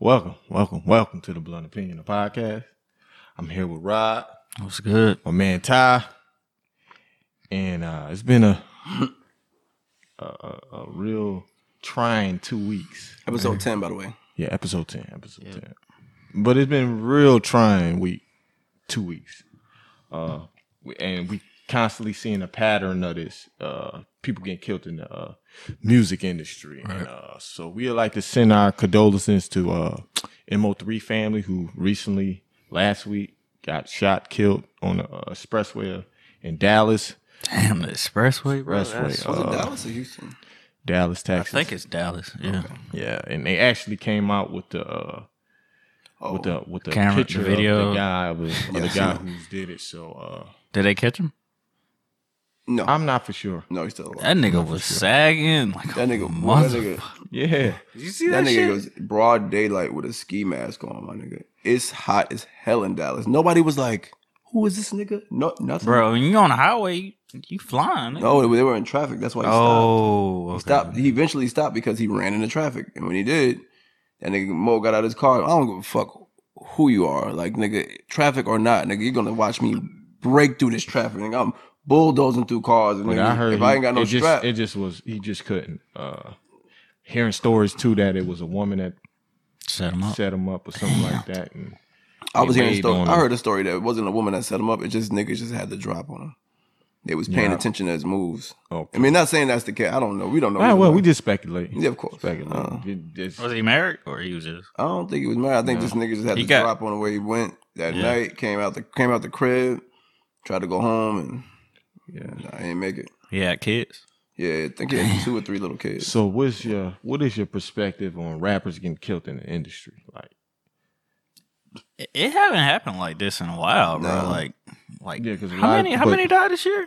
Welcome, welcome, welcome to the Blunt Opinion the podcast. I'm here with Rod, What's good? my man Ty, and uh, it's been a a, a a real trying two weeks. Episode 10, by the way. Yeah, episode ten, episode ten. But it's been real trying week, two weeks, uh, we- and we constantly seeing a pattern of this. Uh, people getting killed in the uh, music industry, and uh, so we would like to send our condolences to uh, Mo3 family who recently last week got shot, killed on the uh, expressway in Dallas. Damn, the expressway, bro. Expressway, Was it uh, Dallas or Houston? Dallas, I Texas. think it's Dallas. Yeah, yeah, and they actually came out with the. Uh, Oh, with the with the Camera, the picture of video. the guy with, of Yeah, the I seen guy it. who's did it. So uh, did they catch him? no, I'm not for sure. no, he's still alive. That nigga was sagging like That a nigga, that mother. nigga, Yeah, Did you see that that, nigga shit? goes broad daylight with a ski mask on, my nigga. It's hot as hell in Dallas. Nobody was like, "Who is this nigga?" No, nothing, bro, when you on the highway, you, you flying? nigga. No, they were in traffic. That's why he stopped. oh, He okay. stopped. He eventually stopped because he ran into traffic, and when he did, that nigga Mo got out of his car. I don't give a fuck who you are, like nigga, traffic or not, nigga. You're gonna watch me break through this traffic. Nigga, I'm bulldozing through cars. And but nigga, I heard if I he- ain't got no it just, strap, it just was he just couldn't. Uh, hearing stories too that it was a woman that Set him up. set him up or something like that. And I was They hearing made story. on I him. heard a story that it wasn't a woman that set him up. It just niggas just had the drop on him. They was paying Yeah. attention to his moves. oh, I mean, not saying that's the case. I don't know. We don't know. ah, either well, way. we just speculate. yeah, of course. speculate. Uh, It- it's- Was he married or he was just? I don't think he was married. I think this nigga just had He the got- drop on the way he went that Yeah. night. Came out the came out the crib, tried to go home, yeah. and I ain't make it. He had kids. Yeah, I think he had two or three little kids. So what's your what is your perspective on rappers getting killed in the industry? Like, It, it haven't happened like this in a while, bro. No. Like, like Yeah, 'cause a how lot of- many? How but- many died this year?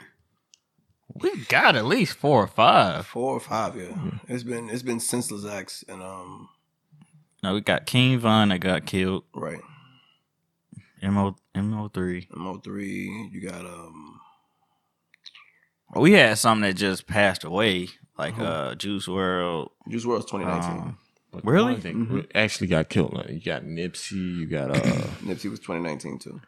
We got at least four or five. Four or five, yeah. It's been it's been senseless acts and um No, we got King Von that got killed. right. Mo Mo three. Mo three, you got um We had some that just passed away, like Who? uh Juice World. Juice World's twenty nineteen. Um, but Really? Mm-hmm. the ones that Mhm. Actually, got killed. Like, you got Nipsey. You got uh. Nipsey was twenty nineteen too.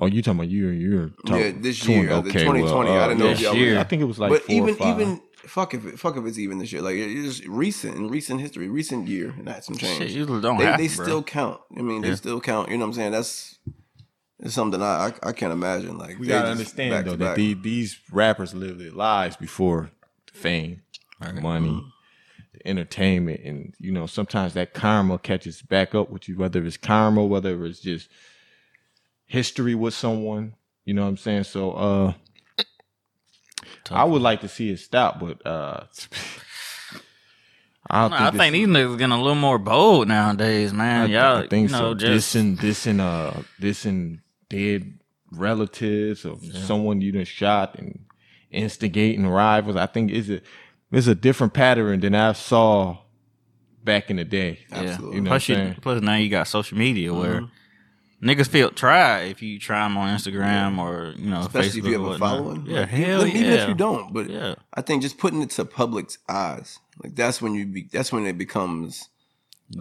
Oh, you talking about you and you're Yeah, talking this touring- year, the 2020, I didn't know yeah, if y'all was- I think it was like, but four or even five. even fuck if it, fuck if it's even this year. Like it- it's recent in recent history, recent year, and that's some change. Shit, you don't they have they to, bro. still count. I mean, they Yeah. still count. You know what I'm saying? That's it's something I I, I can't imagine. Like we they gotta just understand back though to that back. the, these rappers live their lives before fame, Right. Mm-hmm. money, the entertainment, and you know sometimes that karma catches back up with you. Whether it's karma, whether it's just history with someone, you know what I'm saying. So uh, Tough. I would like to see it stop, but uh, I, don't Nah, I this- think these niggas getting a little more bold nowadays, man. Y'all, I think you know, so. just dissing, dissing, uh, dissing dead relatives or someone you done shot and instigating rivals. I think is a it's a different pattern than I saw back in the day. Absolutely. Mm-hmm. You know plus, what I'm you, saying? plus now you got social media where niggas feel try if you try them on Instagram or you know, Especially Facebook if you have or a whatnot. following. Yeah, Like, hell even yeah. if you don't, but Yeah, I think just putting it to public's eyes, like that's when you be that's when it becomes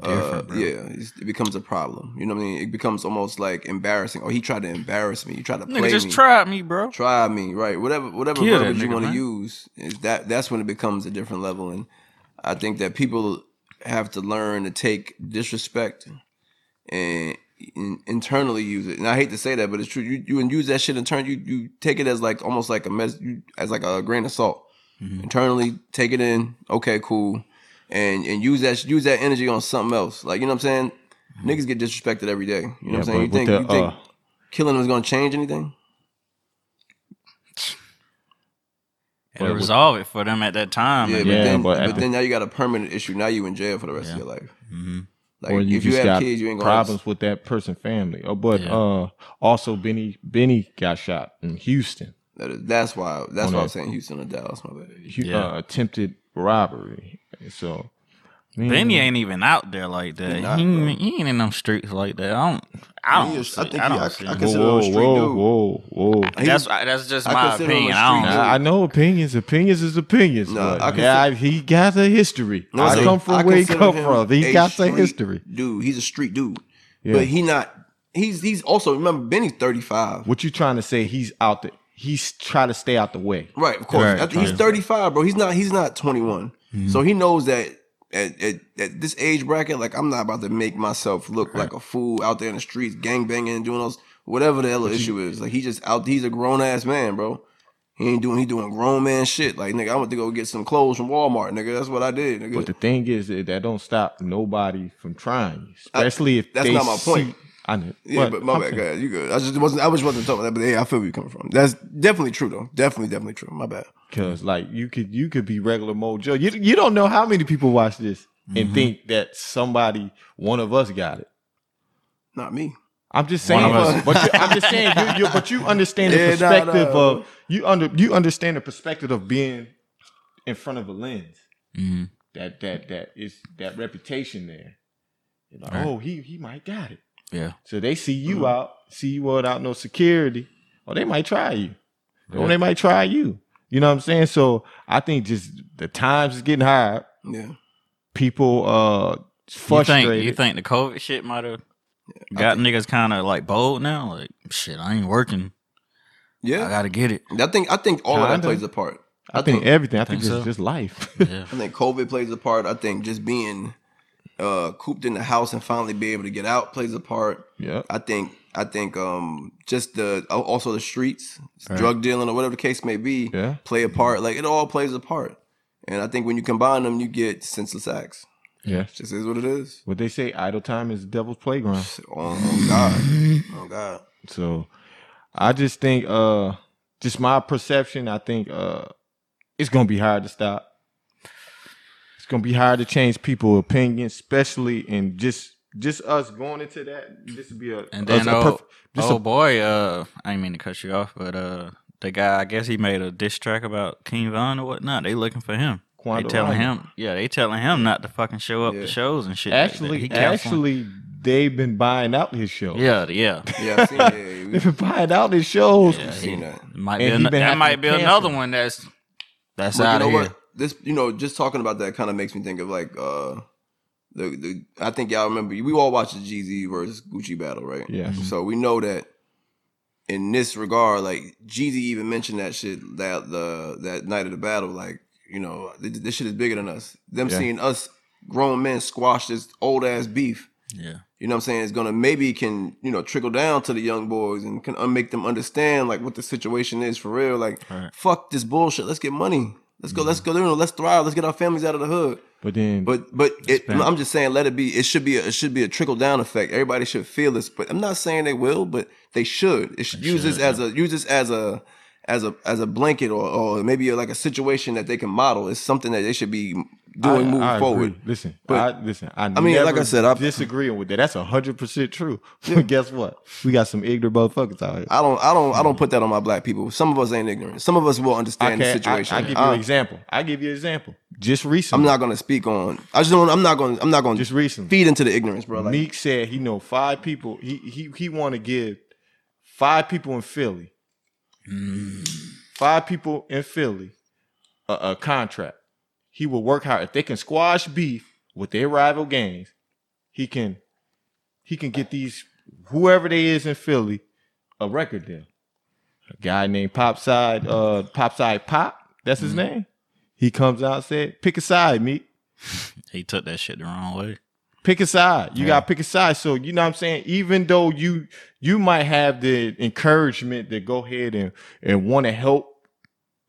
uh, different, bro. yeah, it's, it becomes a problem. You know what I mean? It becomes almost like embarrassing. Oh, he tried to embarrass me. He tried to play Nigga, just me. tried me, bro. try me, right? Whatever whatever Kill that verbiage you nigga, want to man. use, is that that's when it becomes a different level. And I think that people have to learn to take disrespect and in, internally use it. And I hate to say that, but it's true. You you use that shit in turn. You you take it as like almost like a mess, you, as like a grain of salt. Internally, take it in. Okay, cool. And and use that use that energy on something else. Like you know what I'm saying. Niggas get disrespected every day. You know what Yeah, I'm saying? You but with think, the, you think uh, killing them is gonna change anything? And But- resolve it for them at that time. Yeah, and but Yeah, then, but but, at the- then now you got a permanent issue. Now you in jail for the rest of your life. Mm-hmm. Mhm. Like or you if you just have got kids, you ain't gonna problems with that person family. Oh, but Yeah. uh, also Benny Benny got shot in Houston. That is, that's why. That's On why that- I'm saying Houston or Dallas. My bad. Hu- Yeah. uh, attempted robbery. And uh, so Benny ain't even out there like that. He He, not, ain't, he ain't in them streets like that. I don't. I He don't. is- see, I I, think he- don't. I- see I him. can- consider him a whoa, street dude. whoa, whoa, whoa. He- that's that's just I my consider him a opinion. I don't. street Now, I know opinions, opinions is opinions. No, but I consi- yeah, he got a history. No, I see, come from I where he consider come him from. He a got the street history. dude. He's a street dude, Yeah. but he not. He's he's also remember Benny's thirty five. What you trying to say? He's out the. He's try to stay out the way. Right, of course. Right, After- he's right. thirty five, bro. He's not he's not twenty so he knows that. At, at, at this age bracket, like I'm not about to make myself look like a fool out there in the streets, gang banging, doing those whatever the hell the issue is. Like he just out, he's a grown ass man, bro. He ain't doing, he doing grown man shit. Like nigga, I went to go get some clothes from Walmart, nigga. That's what I did, nigga. But the thing is that, that don't stop nobody from trying, especially if that's they not my see- point. I know. Yeah, but my I'm bad, saying- guys. You good? I just wasn't. I just wasn't talking about that. But yeah, I feel where you're coming from. That's definitely true, though. Definitely, definitely true. My bad. Cause like you could you could be regular Mojo. You you don't know how many people watch this and Mm-hmm. think that somebody one of us got it. Not me. I'm just One saying, of us. but you, I'm just saying, you, you, but you understand the Yeah, nah, perspective nah. of you under you understand the perspective of being in front of a lens Mm-hmm. Mhm. that that that is that reputation there. You're like, Right. Mm-hmm. Oh, he he might got it. Yeah. So they see you Mhm. out, see you without no security, or they might try you, Yeah. or they might try you. You know what I'm saying? So I think just the times is getting high. Yeah. People uh You frustrated. think, you think the COVID shit might have I got niggas kind of like bold now? Like shit, I ain't working. I Yeah. gotta get it. I think. I think all of that Kinda. plays a part. I think think- everything. I think, think just, so. just life. Yeah. I think COVID plays a part. I think just being uh cooped in the house and finally be able to get out plays a part. yeah. I think. I think um just the al- also the streets, drug dealing or whatever the case may be, Yeah. play a part. Like it all plays a part. And I think when you combine them, you get senseless acts. Yeah. Just is what it is. What they say, idle time is the devil's playground. Oh, oh God. Oh God. So I just think uh just my perception, I think uh it's gonna be hard to stop. It's gonna be hard to change people's opinions, especially in just just us going into that. This would be a And us then a oh, perf- just oh boy, uh, I ain't mean to cut you off, but uh, the guy, I guess he made a diss track about King Von or whatnot. They looking for him. a Quando they telling Ryan. him, yeah, they telling him not to fucking show up Yeah. to shows and shit. like that. Actually, He canceling. actually they've been buying out his show. yeah, yeah, Yeah, I seen, yeah, yeah, we They've been buying out his shows. Yeah, seen that. And might he be an- been that having might be cancer. another one that's that's But you out know of here. what? This, you know, just talking about that kind of makes me think of like uh the the. I think y'all remember we all watched the Jeezy versus Gucci battle, right? Yes. So we know that in this regard, like Jeezy even mentioned that shit that the that night of the battle, like you know th- this shit is bigger than us. Them Yeah. seeing us grown men squash this old ass beef. Yeah, you know what I'm saying, It's gonna maybe can, you know, trickle down to the young boys and can un- make them understand like what the situation is for real. Like, Right. fuck this bullshit. Let's get money. Let's go, let's go, you know, let's thrive, let's get our families out of the hood. But then But but it, bad. I'm just saying let it be it should be a, it should be a trickle down effect. Everybody should feel this, but I'm not saying they will, but they should. It should use this should, as a use this as a as a as a blanket or, or maybe like a situation that they can model. It's something that they should be doing moving I agree. forward. Listen, But- I, listen. I, mean, like I said, I- disagreeing with that. That's hundred percent true. But guess what? We got some ignorant motherfuckers out here. I don't, I don't, I Hmm. don't put that on my black people. Some of us ain't ignorant. Some of us will understand the can't- situation. I, I give you an example. I give you an example. Just am recently, not gonna speak on. I just don't. I'm not gonna. I'm not gonna just recently, feed into the ignorance, bro. Like, Meek said he know five people. He he he want to give five people in Philly, Mm. five people in Philly, a, a contract. He will work hard if they can squash beef with their rival gangs. He can he can get these whoever they is in Philly a record deal. A guy named Popside uh Popside Pop. That's Mm. his name. He comes out and said, "Pick a side, Meek." he took that shit the wrong way. pick a side. You gotta pick a side. So you know what I'm saying? Even though you you might have the encouragement to go ahead and and want to help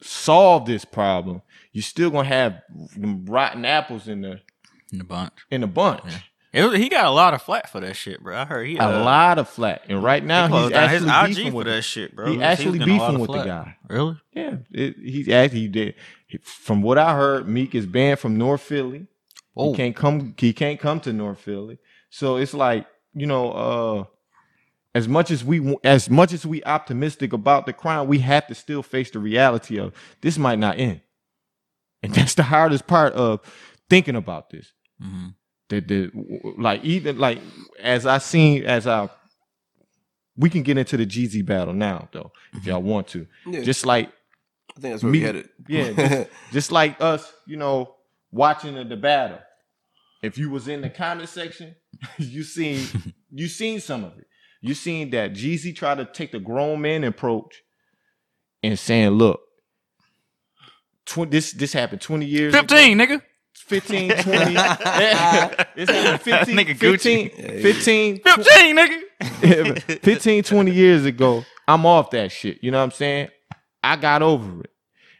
solve this problem, you're still gonna have rotten apples in the In the bunch, in a bunch. it was, he got a lot of flack for that shit, bro. I heard he A uh, lot of flat. And right He now he's closed down his actually IG beefing for with that him. shit, bro. He was actually getting a lot beefing of with the flack. guy. Really? Yeah, it, he's actually he did. From what I heard, Meek is banned from North Philly. Oh, He can't come. He can't come to North Philly. So it's like you know, uh, as much as we wa- as much as we optimistic about the crime, we have to still face the reality of this might not end, and that's the hardest part of thinking about this. Mm-hmm. that that like even like as I seen as I we can get into the Jeezy battle now though if y'all want to. Yeah, Just like I think that's where me- we headed. yeah, just, just like us, you know, watching the, the battle. If you was in the comment section, you seen you seen some of it. You seen that Jeezy try to take the grown man approach and saying, "Look, tw- this this happened twenty years, ago. Fifteen, nigga. 15, 20. it's happened 15, Nigga Gucci. 15, Yeah, 15, Fifteen, nigga. 15, 20 years ago, I'm off that shit. You know what I'm saying? I got over it.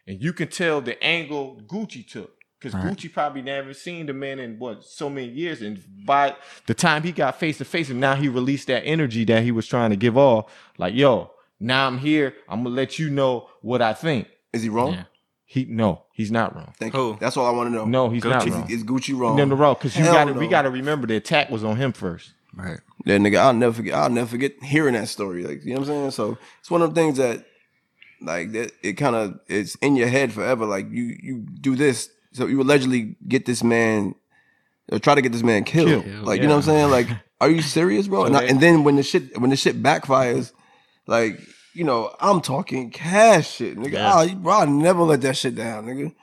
And you can tell the angle Gucci took. Because Right. Gucci probably never seen the man in what so many years. And by the time he got face to face, and now he released that energy that he was trying to give off, like, yo, now I'm here. I'm gonna let you know what I think. Is he wrong? Yeah. He no, he's not wrong. Thank Who? you. That's all I want to know. No, he's not Gucci. wrong. Is Gucci wrong? No, no, wrong. Because you Hell got to no. we got to remember the attack was on him first. Right. Yeah, nigga, I'll never forget. I'll never forget hearing that story. Like, you know what I'm saying? So it's one of the things that, like, that it kind of it's in your head forever. Like, you you do this, so you allegedly get this man, or try to get this man killed. Killed, like, you know what I'm saying? Like, are you serious, bro? and, I- and then when the shit when the shit backfires, like, you know, I'm talking cash shit, nigga. Yeah. I'll, bro, I'll never let that shit down, nigga.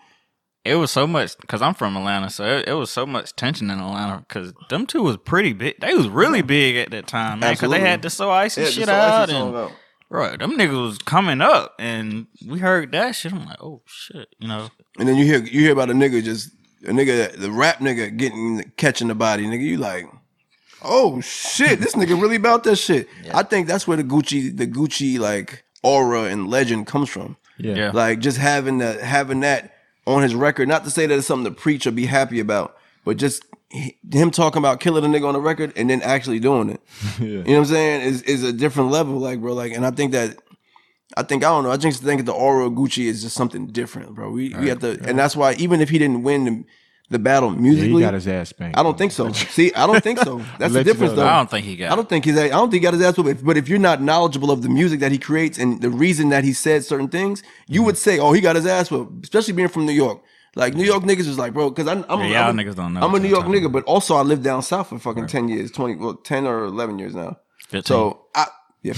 It was so much because I'm from Atlanta, so it, it was so much tension in Atlanta because them two was pretty big. They was really big at that time, man. Because they Absolutely. had the so icy Yeah, shit so out, that's all and about. right, them niggas was coming up, and we heard that shit. I'm like, oh shit, you know, And then you hear you hear about a nigga just a nigga the rap nigga getting catching the body, nigga. You like, oh shit, this nigga really about that shit. I think that's where the Gucci the Gucci like aura and legend comes from. yeah, Like just having that having that on his record. Not to say that it's something to preach or be happy about, but just he- him talking about killing a nigga on the record and then actually doing it. yeah. You know what I'm saying? Is is a different level, like bro. Like, and I think that, I think I don't know. I just think the aura of Gucci is just something different, bro. We we have to, and that's why even if he didn't win the, the battle he musically, got his ass spanked. I don't think so. See, I don't think so. That's the Let you difference, know though. that. I don't think he got. I don't think he's. I don't think he got his ass whooped. But- But if you're not knowledgeable of the music that he creates and the reason that he said certain things, you Mm-hmm. would say, "Oh, he got his ass whooped." Especially being from New York, like New York niggas is like, bro, because I'm, I'm, Yeah, y'all I'm- niggas don't know I'm a what New you're York talking nigga, but also I lived down south for fucking ten years, twenty, well, ten or eleven years now. it. So I, yeah,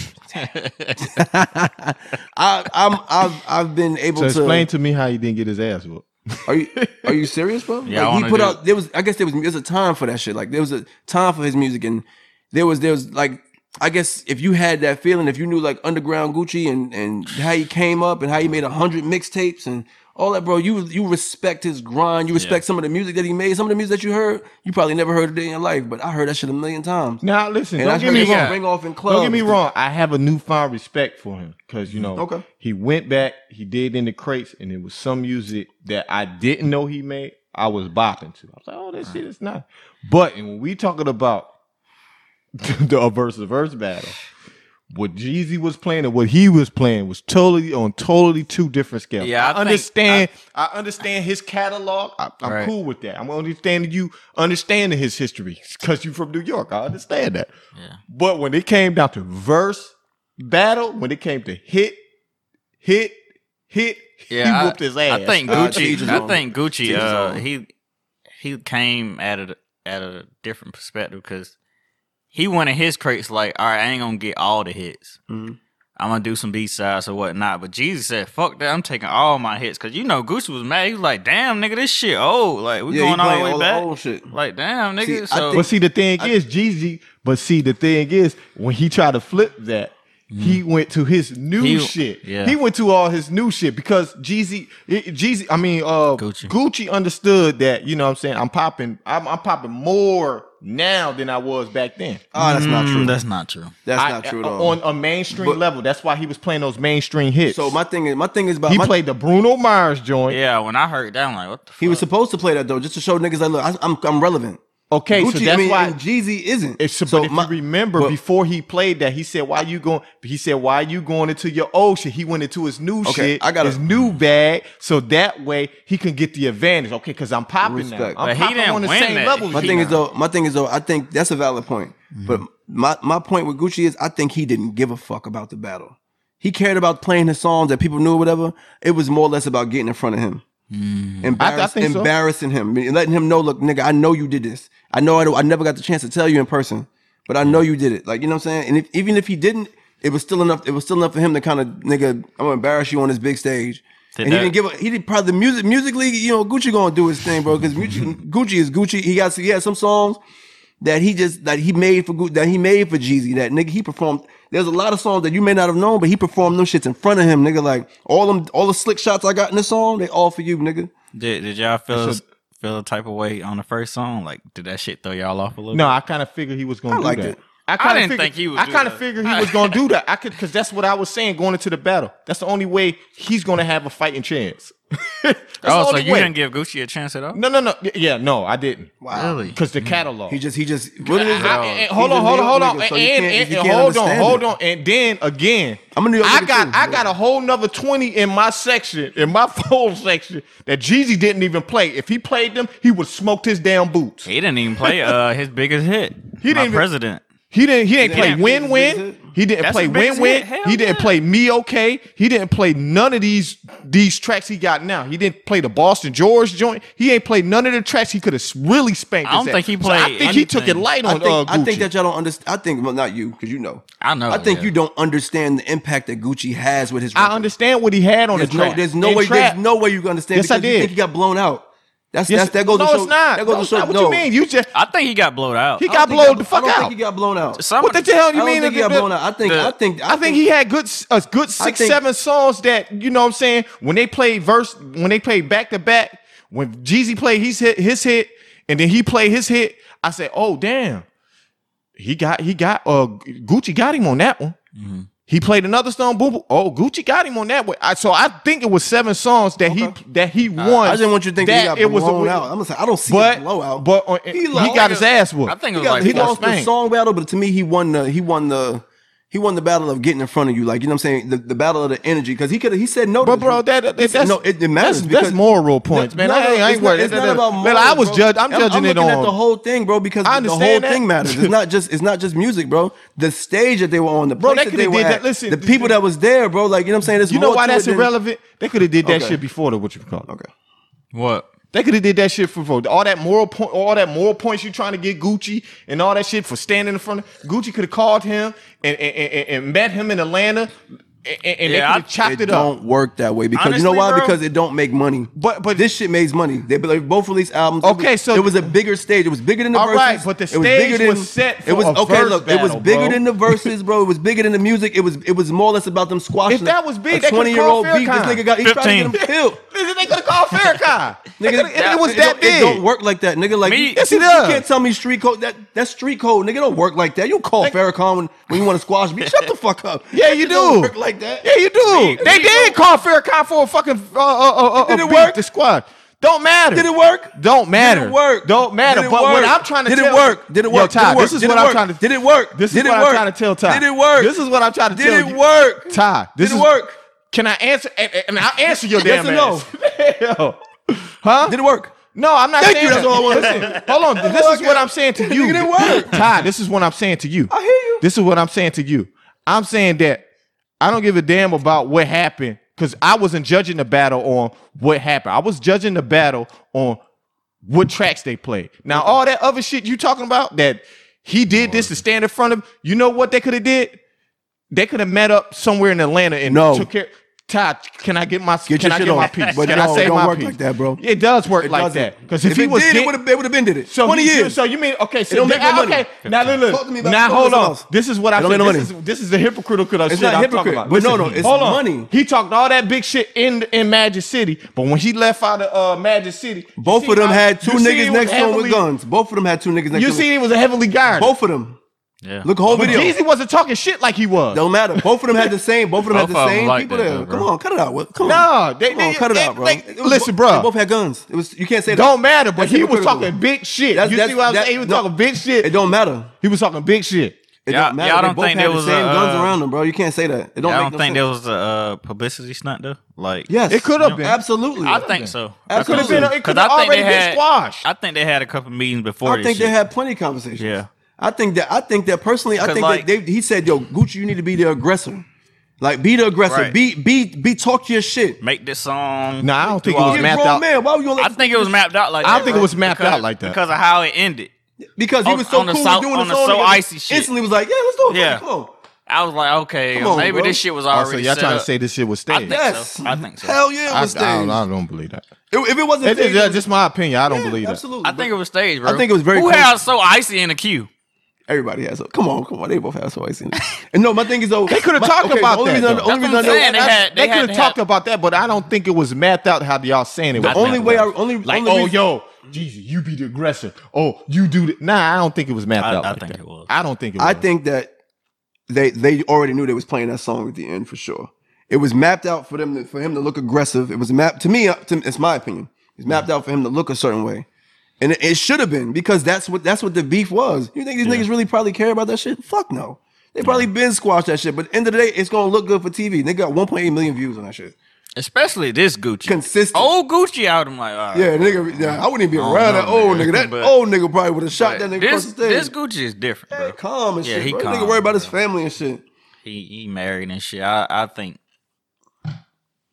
I, I'm, I've, I've been able So to explain to me how he didn't get his ass whooped. Are you, are you serious, bro? Yeah, I like, wanna he put do- out. There was, I guess, there was, there was a time for that shit. Like there was a time for his music, and there was, there was like, I guess, if you had that feeling, if you knew like underground Gucci and and how he came up and how he made a hundred mixtapes and all that, bro, you you respect his grind. You respect some of the music that he made. Some of the music that you heard, you probably never heard a day in your life, but I heard that shit a million times. Now listen, And don't I get heard me it wrong. ring off in clubs. Don't get me wrong. I have a newfound respect for him because you know Okay. he went back, he did in the crates, and it was some music that I didn't know he made. I was bopping to. I was like, oh, this shit is nice. But and when we talking about the verse to verse battle, what Jeezy was playing and what he was playing was totally on totally two different scales. Yeah, I think- understand. I, understand his catalog. I, I'm Right. cool with that. I'm understanding you understanding his history because you from New York. I understand that. yeah, But when it came down to verse battle, when it came to hit, hit, hit, yeah. he I- whooped his ass. I think Uh, Gucci. teach his I own. think Teach Gucci. his Uh, own. he he came at it at a different perspective because he went in his crates like, all right, I ain't gonna get all the hits. Mhm. I'm gonna do some B sides or whatnot. But Jesus said, fuck that. I'm taking all my hits because you know Gucci was mad. He was like, damn, nigga, this shit old. Like we Yeah, he going all playing the way all the back. old shit. Like damn, See, nigga. I so but see, the thing is, Jeezy. But see, the thing is, when he tried to flip that, he went to his new Mm. He- shit. yeah. He went to all his new shit because Jeezy, it- Jeezy. I mean, uh, Gucci. Gucci. understood that. You know, what I'm saying, I'm popping. I'm, I'm popping more now than I was back then. Oh, that's not Mm, true. That's, That's not true. not I- uh, true at all. On a mainstream But- level, that's why he was playing those mainstream hits. so my thing is, my thing is about he my, played the Bruno Mars joint. Yeah, when I heard that, I'm like, what the fuck? He was supposed to play that though, just to show niggas that look, I, I'm I'm relevant. Okay, so Gucci, that's I mean, why. and Jeezy isn't. it's, but if my- you remember, but- before he played that, he said, "Why you going?" He said, "Why you going into your old shit?" He went into his new Okay, shit, I gotta- his new bag, so that way he can get the advantage. Okay, because I'm popping Respect. now. I'm But he popping didn't on the win same that. level. my he thing is now. though, my thing is though, I think that's a valid point. Mm-hmm. But my my point with Gucci is, I think he didn't give a fuck about the battle. He cared about playing his songs that people knew, or whatever. It was more or less about getting in front of him. Embarrass, Mm. I think so. embarrassing him, I mean, letting him know, look, nigga, I know you did this. I know I, don't- I never got the chance to tell you in person, but I know you did it. Like you know what I'm saying. And if, even if he didn't, it was still enough. It was still enough for him to kind of nigga, I'm gonna embarrass you on this big stage. Did and that- he didn't give. A, he did probably music musically. You know, Gucci gonna do his thing, bro. Because Gucci, Gucci is Gucci. He got he had some songs that he just that he made for Gu- that he made for Jeezy. That nigga he performed. There's a lot of songs that you may not have known, but he performed them shits in front of him, nigga. Like all them all the slick shots I got in this song, they all for you, nigga. Did did y'all feel It's feel a type of way on the first song? Like, did that shit throw y'all off a little? No, I kind of figured he was going I to do liked that. it. I, kinda didn't figured- think he would I do kind of that. figured he was going to do that. I could because that's what I was saying going into the battle. That's the only way he's going to have a fighting chance. That's the Oh, so only you way. didn't give Gucci a chance at all? No, no, no. Y- Yeah, no, I didn't. Wow. Really? Because the catalog. He just he just what it is I- now? and- He's and hold a on, hold on, New hold York on, nigga, and, so you and, can't- and- you and can't hold on, understand hold it. on, and then again, I'm a New York I nigga got too, I bro. got a whole nother twenty in my section, in my phone section that Jeezy didn't even play. If he played them, he would smoked his damn boots. He didn't even play uh his biggest hit. He He didn't My even- president. He didn't. He didn't He play didn't win have his win. biggest hit? He didn't That's play his biggest win win. hit? Hell He didn't yeah. play me okay. He didn't play none of these these tracks he got now. He didn't play the Boston George joint. He ain't played none of the tracks he could have really spanked. I don't his ass. think he So I played think he took it anything. light I on think, uh, I think Gucci. that y'all don't understand. I think well, not you because you know. I know, I think yeah. you don't understand the impact that Gucci has with his. I record. understand what he had on There's the track. no, there's no In way. trap- There's no way you can understand. Yes, I because You did. think he got blown out. That's Yes, that's that goes no, to show. it's not. That goes no, to it's show. not what no, you mean. You just I think he got blowed out. Uh, he I don't got think he blown got- the fuck I don't out. think he got blown out. Some- what the hell I you don't mean? think he got the- blown out. I think. the- I think. I think he had good s- a good six think- seven songs that you know what I'm saying when they played verse when they played back to back when Jeezy played his hit his hit and then he played his hit I said oh damn he got he got uh Gucci got him on that one Mm-hmm. he played another song boom, boom oh Gucci got him on that one I, so I think it was seven songs that he that he won I just want you to think that he got it was a blown win. out. I'm gonna say I don't see a but blowout. but on, he, lost. got his ass whooped I think it He, was got- like he he got lost the spanked. song battle, but to me, he won the he won the he won the battle of getting in front of you. Like you know, what I'm saying the, the battle of the energy because he could he said no. to But this. bro, that, that He said that's no. It, it matters. That's, that's because- moral points, man. No, I no, ain't, I it's ain't not- worried. It's not about moral. Man, I was bro. judge. I'm judging it looking at on the whole thing, bro, because I the whole understand that. thing matters. It's not just it's not just music, bro. The stage that they were on, the Bro, place they that coulda they were did that. at, Listen, the th- people th- that was there, bro. Like you know, what I'm saying. There's You know more why to it that's than- irrelevant? They could have did that Okay. shit before the what you call it. Okay. what? They could have did that shit for for all that moral point, all that moral points you trying to get Gucci and all that shit for standing in front of Gucci could have called him and and, and and met him in Atlanta and, and they could Yeah, I- have chopped It it, don't up. work that way because you know Honestly, why? bro. Because it don't make money. But- but- this shit makes money. They like, both released albums. Okay, it was, so- it was a bigger stage. It was bigger than the All verses. right, but the it was bigger stage than, was set it for was a okay. verse look, it was battle, bigger bro. than the verses, bro. It was bigger than the music. It was it was more or less about them squashing. If that was big, a they could've year old called beef. This Farrakhan. nigga got he's trying to 15. get him killed. Listen, They could have called Farrakhan. They Nigga, coulda- if it was it that don't- It don't big. work like that, nigga. Like, Me- you, Yes, it you does. can't tell me street code. That that's street code, nigga. It Don't work like that. You call Farrakhan when, when you want to squash me. Shut the fuck up. Yeah, you It don't do. work like that. Yeah, you do. Me- They me did call Farrakhan for a fucking uh uh uh, uh Did it beat work? the squad. Don't matter. Did it work? Don't matter. Did it work? Don't matter. Did it But what work? I'm trying to Did tell it work? Did it work? Yo, Did Ty, it work? this is Did what it I'm work? trying to Did it work? This is Did it what work? I'm trying to tell Ty. Did it work? This is what I'm trying to Did tell it you. work? Ty, this Did it is work? Can I answer? And, and I'll answer your Yes damn or ass. Yo. Huh? Did it work? No, I'm not Thank saying you, that's that. all I wanted to Listen, Hold on. This is what I'm saying to you. Nigga, that worked. Ty, this is what I'm saying to you. I hear you. This is what I'm saying to you. I'm saying that I don't give a damn about what happened because I wasn't judging the battle on what happened. I was judging the battle on what tracks they played. Now, all that other shit you talking about that he did this to stand in front of, you know what they could have did? They could have met up somewhere in Atlanta and No. took care. Ty, can I get my Get can your I shit get my off. piece? But can no, I say it don't my work piece? like that, bro. It does work like doesn't. that because if, he it was did, get- it would have it would have been did it. so Twenty he- years. So you mean okay? So don't then- make no ah, money. okay. Now look, look. Talk to me about now something hold on. else. This is what It I don't think. make no This money. is, this is the hypocritical of It's shit not I'm hypocrite, talking about. but no, Listen, no, it's hold on. money. He talked all that big shit in in Magic City, but when he left out of uh, Magic City, you Both see of them how- had two you see he niggas was next to him heavily- with guns. Both of them had two niggas next You to him. see, he was a heavily guarded. Both of them. Yeah. Look, whole but video. Jeezy wasn't talking shit like he was. Don't matter. Both of them had the same. Both of them had Both the of 'em same like people that, there. though, Come bro. on, cut it out. Will. Come Nah, on, they- Come on, they- cut it they- out, bro. they- It was listen, bo- bruh. They both had guns. It was you can't say that. Don't matter, but That's he was hypocritical. talking big shit. That's- you that's- see what I'm that- saying? He was no. talking big It shit. don't matter. He was talking big shit. It Y'all- don't matter. y'all They don't both think had there the was same a, guns uh, around them, bro. You can't say that. It don't I make don't no think sense. there was a uh, publicity stunt though. Like Yes, It could have been. Absolutely. I think so. That could have been. It could Because I have think already they been had. squashed. I think they had a couple meetings before. I think they had plenty of conversations. Yeah. I think that I think that personally, I 'Cause, think like- that they, he said, "Yo, Gucci, you need to be the aggressor." Like be the aggressor. Right. Be be be talk your shit. Make this song. No, I don't think it You was a mapped grown out. man. Why would you gonna I let think it was mapped out like I that. don't think it right? was mapped Because- out like that. Because of how it ended. because he on- was so on the cool so- with doing on the the song. so together. icy shit. Instantly was like, yeah, let's do it. Yeah. Come on. I was like, okay, Come on, maybe bro. Oh, this shit was Also, already. y'all set trying up. to say this shit was I think staged? I, Yes. so. I think so. Hell yeah, it I, was staged. don't, I don't believe that. If, if it wasn't It's staged, just, that's just my opinion. I don't yeah, believe that. Absolutely. I think it was staged, bro. I think it was very Who close. had so icy in the queue? everybody has. A, come on, come on. They both have so icy. and no, my thing is though, They could have my- talked okay, the about only that, Reason, though. the only That's reason what I I'm know, saying. They had- They could had to have have- talked about that, but I don't think it was mapped out how y'all saying it. the was only mapped way I out. only like, only oh, reason- yo, Jesus, you be the aggressor. Oh, you do the Nah, I don't think it was mapped I- out. I like think that. it was. I don't think it was. I think that they they already knew they was playing that song at the end for sure. It was mapped out for them to, for him to look aggressive. It was mapped to me. uh, To, it's my opinion. It's mapped out for him to look a certain way, and it, it should have been because that's what that's what the beef was. You think these niggas really probably care about that shit? Fuck no. They probably been squashed that shit. But end of the day, it's gonna look good for TV. They got 1.8 million views on that shit. Especially this Gucci. Consistent. Old Gucci out. I'm like, all right. Yeah, nigga. Yeah, I wouldn't even be around no, that old man. nigga. That But- old nigga probably would have shot that But nigga this, first day. this Gucci is different, bro. Hey, calm and Yeah, shit. he bro. That calm, nigga worry about his bro. family and shit. He he married and shit. I, I think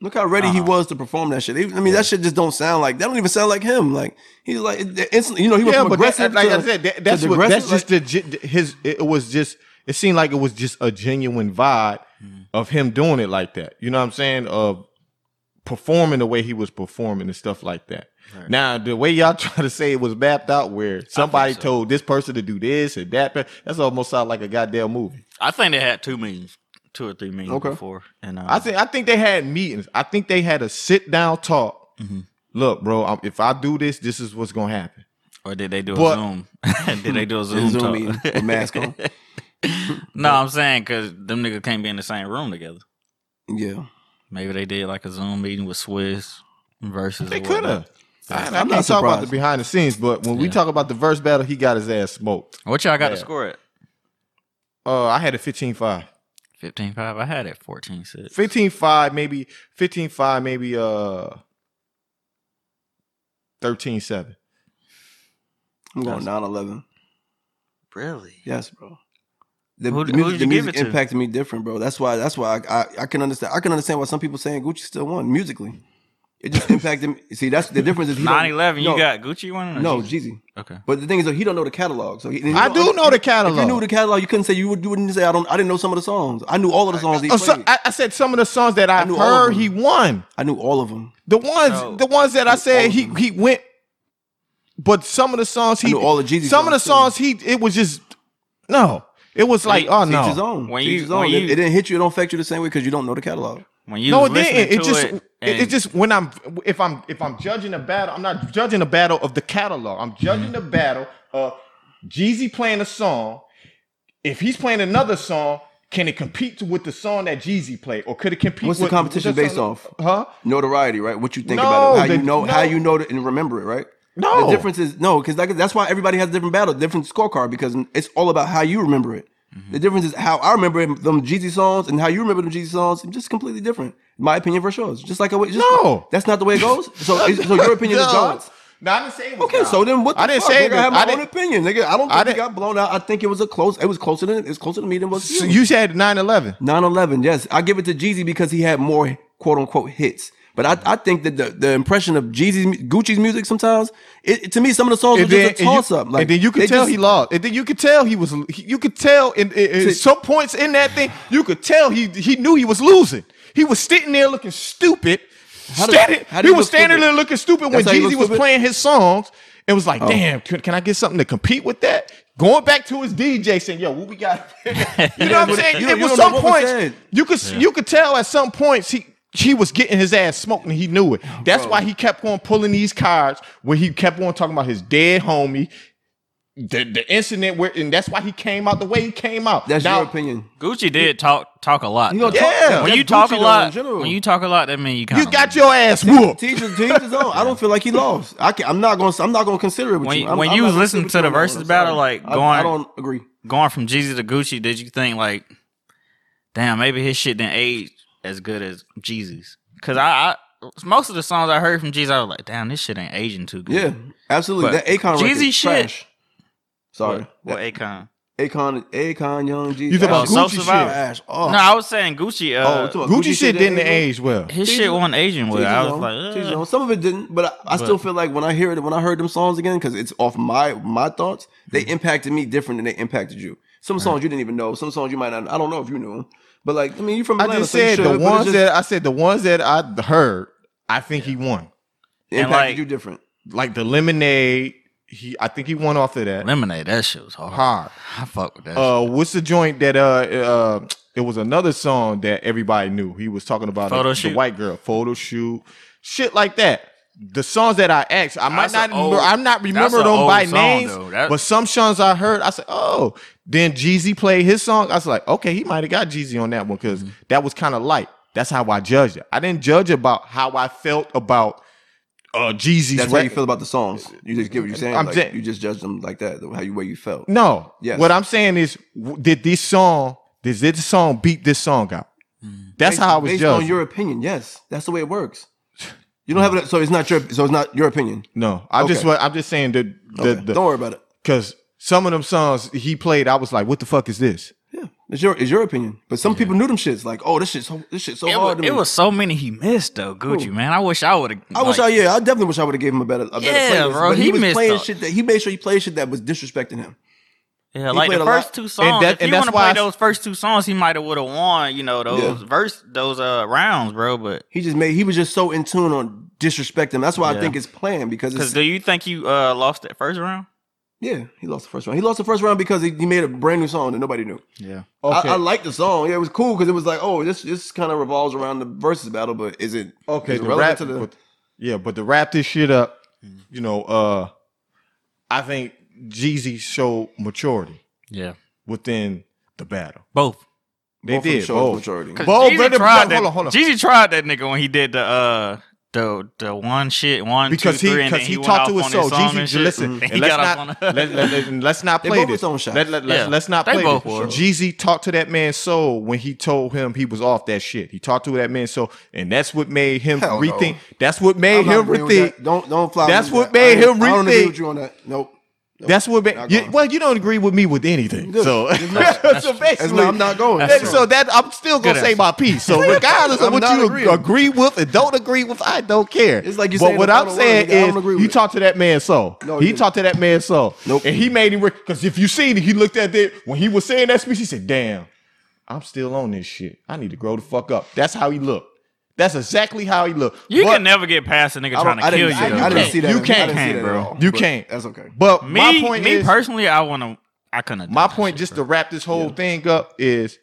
Look how ready Uh-huh. he was to perform that shit. Even- I mean, that shit just don't sound like that. Don't even sound like him. Like he's like it- it instantly, you know, he went yeah, from but that, aggressive like to, I said, to that, that's what, that's digressive, just like, the ge- his. It was just. It seemed like it was just a genuine vibe Mm. of him doing it like that. You know what I'm saying? Of performing the way he was performing and stuff like that. Now the way y'all try to say it was mapped out, where somebody so. told this person to do this and that, but that's almost sound like a goddamn movie. I think they had two meetings, two or three meetings Okay. before. And uh, I Mm. think I think they had meetings. I think they had a sit down talk. Mm-hmm. Look, bro, I'm, if I do this, this is what's gonna happen. or did they do a But- Zoom? did they do a the Zoom, Zoom talk? meeting with mask on. No, I'm saying because them niggas can't be in the same room together. Yeah, Maybe they did like a Zoom meeting with Swiss versus. They or could whatnot. have. I, I I'm can't not talk about the surprised. behind the scenes, but when we Yeah. talk about the verse battle, he got his ass smoked. What y'all got to Yeah. score at? Uh, I had a 15-5. 15 5. I had it 14 6. 15-5, maybe 15-5, maybe uh 13-7. I'm going That's- 9-11. Really? Yes, bro. The, Who- the who music, did the you give music it to? impacted me different, bro. That's why. That's why I, I, I can understand. I can understand why some people saying Gucci still won musically. It just impacted me. See, that's the difference. Is he don't- 9 11, you no, got Gucci one? or no Jeezy? Jeezy. Okay. But the thing is, though, he don't know the catalog. So he, he I don't- do know the If you catalog. knew the catalog, you couldn't say you would. You wouldn't say I don't. I didn't know some of the songs. I knew all of the songs. He Uh, played. so- I, I said some of the songs that I, knew all of heard them. Oh. he won. I knew all of them. The ones, So- the ones that I said he he went, but some of the songs he knew all the Jeezy some of the songs, songs he it was just no. It was like Wait, oh Teach his no, own. When Teach you- his own. when It- you- it, didn't hit you. It don't affect you the same way because you don't know the catalog. When you no, was it listening didn't. It to just it, it, it and- just when I'm if I'm if I'm judging a battle, I'm not judging a battle of the catalog. I'm judging the battle of Jeezy playing a song. If he's playing another song, can it compete with the song that Jeezy played, or could it compete? What's the with- competition with the based song- off? Huh? Notoriety, right? What you think No, about it? How you the- know? no. How you know it and remember it, right? No. The difference is no, because that's why everybody has a different battle, different scorecard, because it's all about how you remember it. Mm-hmm. The difference is how I remember it, them Jeezy songs and how you remember them Jeezy songs. Just completely different. My opinion versus yours. Just like a way. Just, No. that's not the way it goes. So, it's- so your opinion is No. God's. No, I didn't say it was Okay, God's. so then what? The I didn't fuck, say nigga? I that. have my I own didn't. opinion, nigga. I don't I think he didn't- got blown out. I think it was a close. It was closer than it was closer to me than it was. So you said 9-11. 9/11. Yes, I give it to Jeezy because he had more quote unquote hits. But I, I think that the, the impression of Jeezy's mu- Gucci's music sometimes it, it- to me some of the songs are and then, just a toss and you, up. Like and then you they could tell just- he lost. And then you could tell he was. he- You could tell in, in, in See- some points in that thing, you could tell he he knew he was losing. He was sitting there looking stupid. How did- standing, how did he he was look standing stupid? there looking stupid That's how when he Jeezy looked was stupid? Oh. playing his songs. It was like, damn, can, can I get something to compete with that? Going back to his DJ saying, "Yo, what we got?" you know what I'm but saying? you- it you was don't know some what was points said. you could you could tell at some points he he was getting his ass smoked and he knew it. Oh, That's why he kept on pulling these cards where he kept on talking about his dead homie, the, the incident where, and that's why he came out the way he came out. That's Now, your opinion. Gucci did talk talk a lot. You gonna though. talk- Yeah. that- when you that talk Gucci a though, lot, in general. when you talk a lot, that mean you kind You got your ass whooped. Teachers, teachers on. I don't feel like he lost. I can, I'm not going. to I'm not going to consider it. With When you, you- I'm, when I'm you not was gonna listening sit to with the you on that versus one. I'm battle, sorry. like, I- going- I don't agree. going from Jeezy to Gucci. Did you think like, damn, maybe his shit didn't age as good as Jeezy's? Because I, I most of the songs I heard from Jeezy, I was like, damn, this shit ain't aging too good. Yeah, absolutely. But that Akon record, Jeezy shit- trash. Sorry, What Akon? Akon, Akon, Young Jeezy. You talking about Oh, Soul Gucci shit? Survivor. Ash off. No, I was saying Gucci. Oh, Uh, it's about Gucci, shit, didn't well. age well. his Teach shit his wasn't Asian well. Teach I was his own. like, Teach his Ugh. own. some of it didn't, but I, I still feel like when I hear it, when I heard them songs again, because it's off my my thoughts, they Mm-hmm. impacted me different than they impacted you. Some songs you didn't even know. Some songs you might not. I don't know if you knew them, but like I mean, you from I Atlanta, just so you said should, the but it ones just that I said the ones that I heard. I think he won. impacted like- you different. Like the lemonade. He, I think he won off of that. Lemonade, that shit was hard. Hard. I fuck with that. shit. Uh, what's the joint that uh uh it was another song that everybody knew. He was talking about uh, Photo the, shoot. the white girl photo shoot, shit like that. The songs that I asked, I might That's not, an old- remember, I'm not that's remember an them old by song, names, though. That- but some songs I heard, I said, oh. Then Jeezy played his song. I was like, okay, he might have got Jeezy on that one because Mm-hmm. that was kind of light. That's how I judged it. I didn't judge about how I felt about uh Jeezy's. That's how you record. feel about the songs. You just get what you're saying. I'm like, saying- you just judge them like that, how you way you felt. No. Yes. What I'm saying is, w- did this song, did this song beat this song out? That's Mm. Based- how I was based judged. on your opinion. Yes, that's the way it works. You don't have it, so it's not your so it's not your opinion. no, I just, Okay. wa- I'm just saying that the, Okay. don't the worry about it. because some of them songs he played, I was like, what the fuck is this? Yeah, it's your it's your opinion. But some people knew them shits. Like, oh, this shit's so this shit's so it, hard. was, to it me. was so many he missed though. Gucci man, I wish I would have. I wish I yeah, I definitely wish I would have gave him a better a better Yeah, playlist. bro, but he, he was missed playing out. shit that he made sure he played shit that was disrespecting him. Yeah, like the played a lot. first two songs. that- if and he that's want to why play I- those first two songs, he might have would have won. You know those Yeah. verse those uh rounds, bro. But He just made he was just so in tune on disrespecting. That's why I Yeah. think it's planned because because it's, do you think you uh lost that first round? yeah, he lost the first round. He lost the first round because he, he made a brand new song that nobody knew. Yeah. Okay. I, I liked the song. Yeah, it was cool because it was like, oh, this this kind of revolves around the versus battle, but is it okay. is it The relevant rap, to the- Mm. but- yeah, but to wrap this shit up, you know, uh, I think Jeezy showed maturity Yeah. within the battle. Both. They both of did. them shows both. maturity? Cause Both Jeezy brother- tried hold that- on, hold on. Jeezy tried that nigga when he did the uh the the one shit one because two, he three, and because then he, went talked to off his on soul. song and Jeezy, shit. listen, Mhm. and He let's got not up on a- let, let, us not They play both this. his own shots. Let, let, Yeah. us let's not They play both this. were. Jeezy talked to that man's soul when he told him he was off that shit. He talked to that man's soul, and that's what made him Hell no. rethink. That's what I'm made not him agreeing with rethink. that. Don't don't fly. That's with what that. I made don't- him I don't agree rethink. with you on that. Nope. That's what. Made, Not you, going. well, you don't agree with me with anything. Good. So, It's not- that's so basically, not- I'm not going. that- That's so that I'm still gonna Good say answer. my piece. So regardless I'm of what not you agreeing. agree with and don't agree with, I don't care. It's like you But saying what the I'm final word, saying nigga, I don't is, agree with you it. talk to that man's soul. No, you he didn't. talked to that man's soul. Nope. And he made him because if you seen it, he looked at it when he was saying that speech. He said, "Damn, I'm still on this shit. I need to grow the fuck up." That's how he looked. That's exactly how he looked. You But- can never get past a nigga I, trying don't, to I kill didn't. you. I, though. I didn't can't. see that. You I didn't can't, see that at bro. all, You but can't. That's okay. But Me, my point me is, personally, I want to. I couldn't. have my done that point, shit, just bro. to wrap this whole thing up, is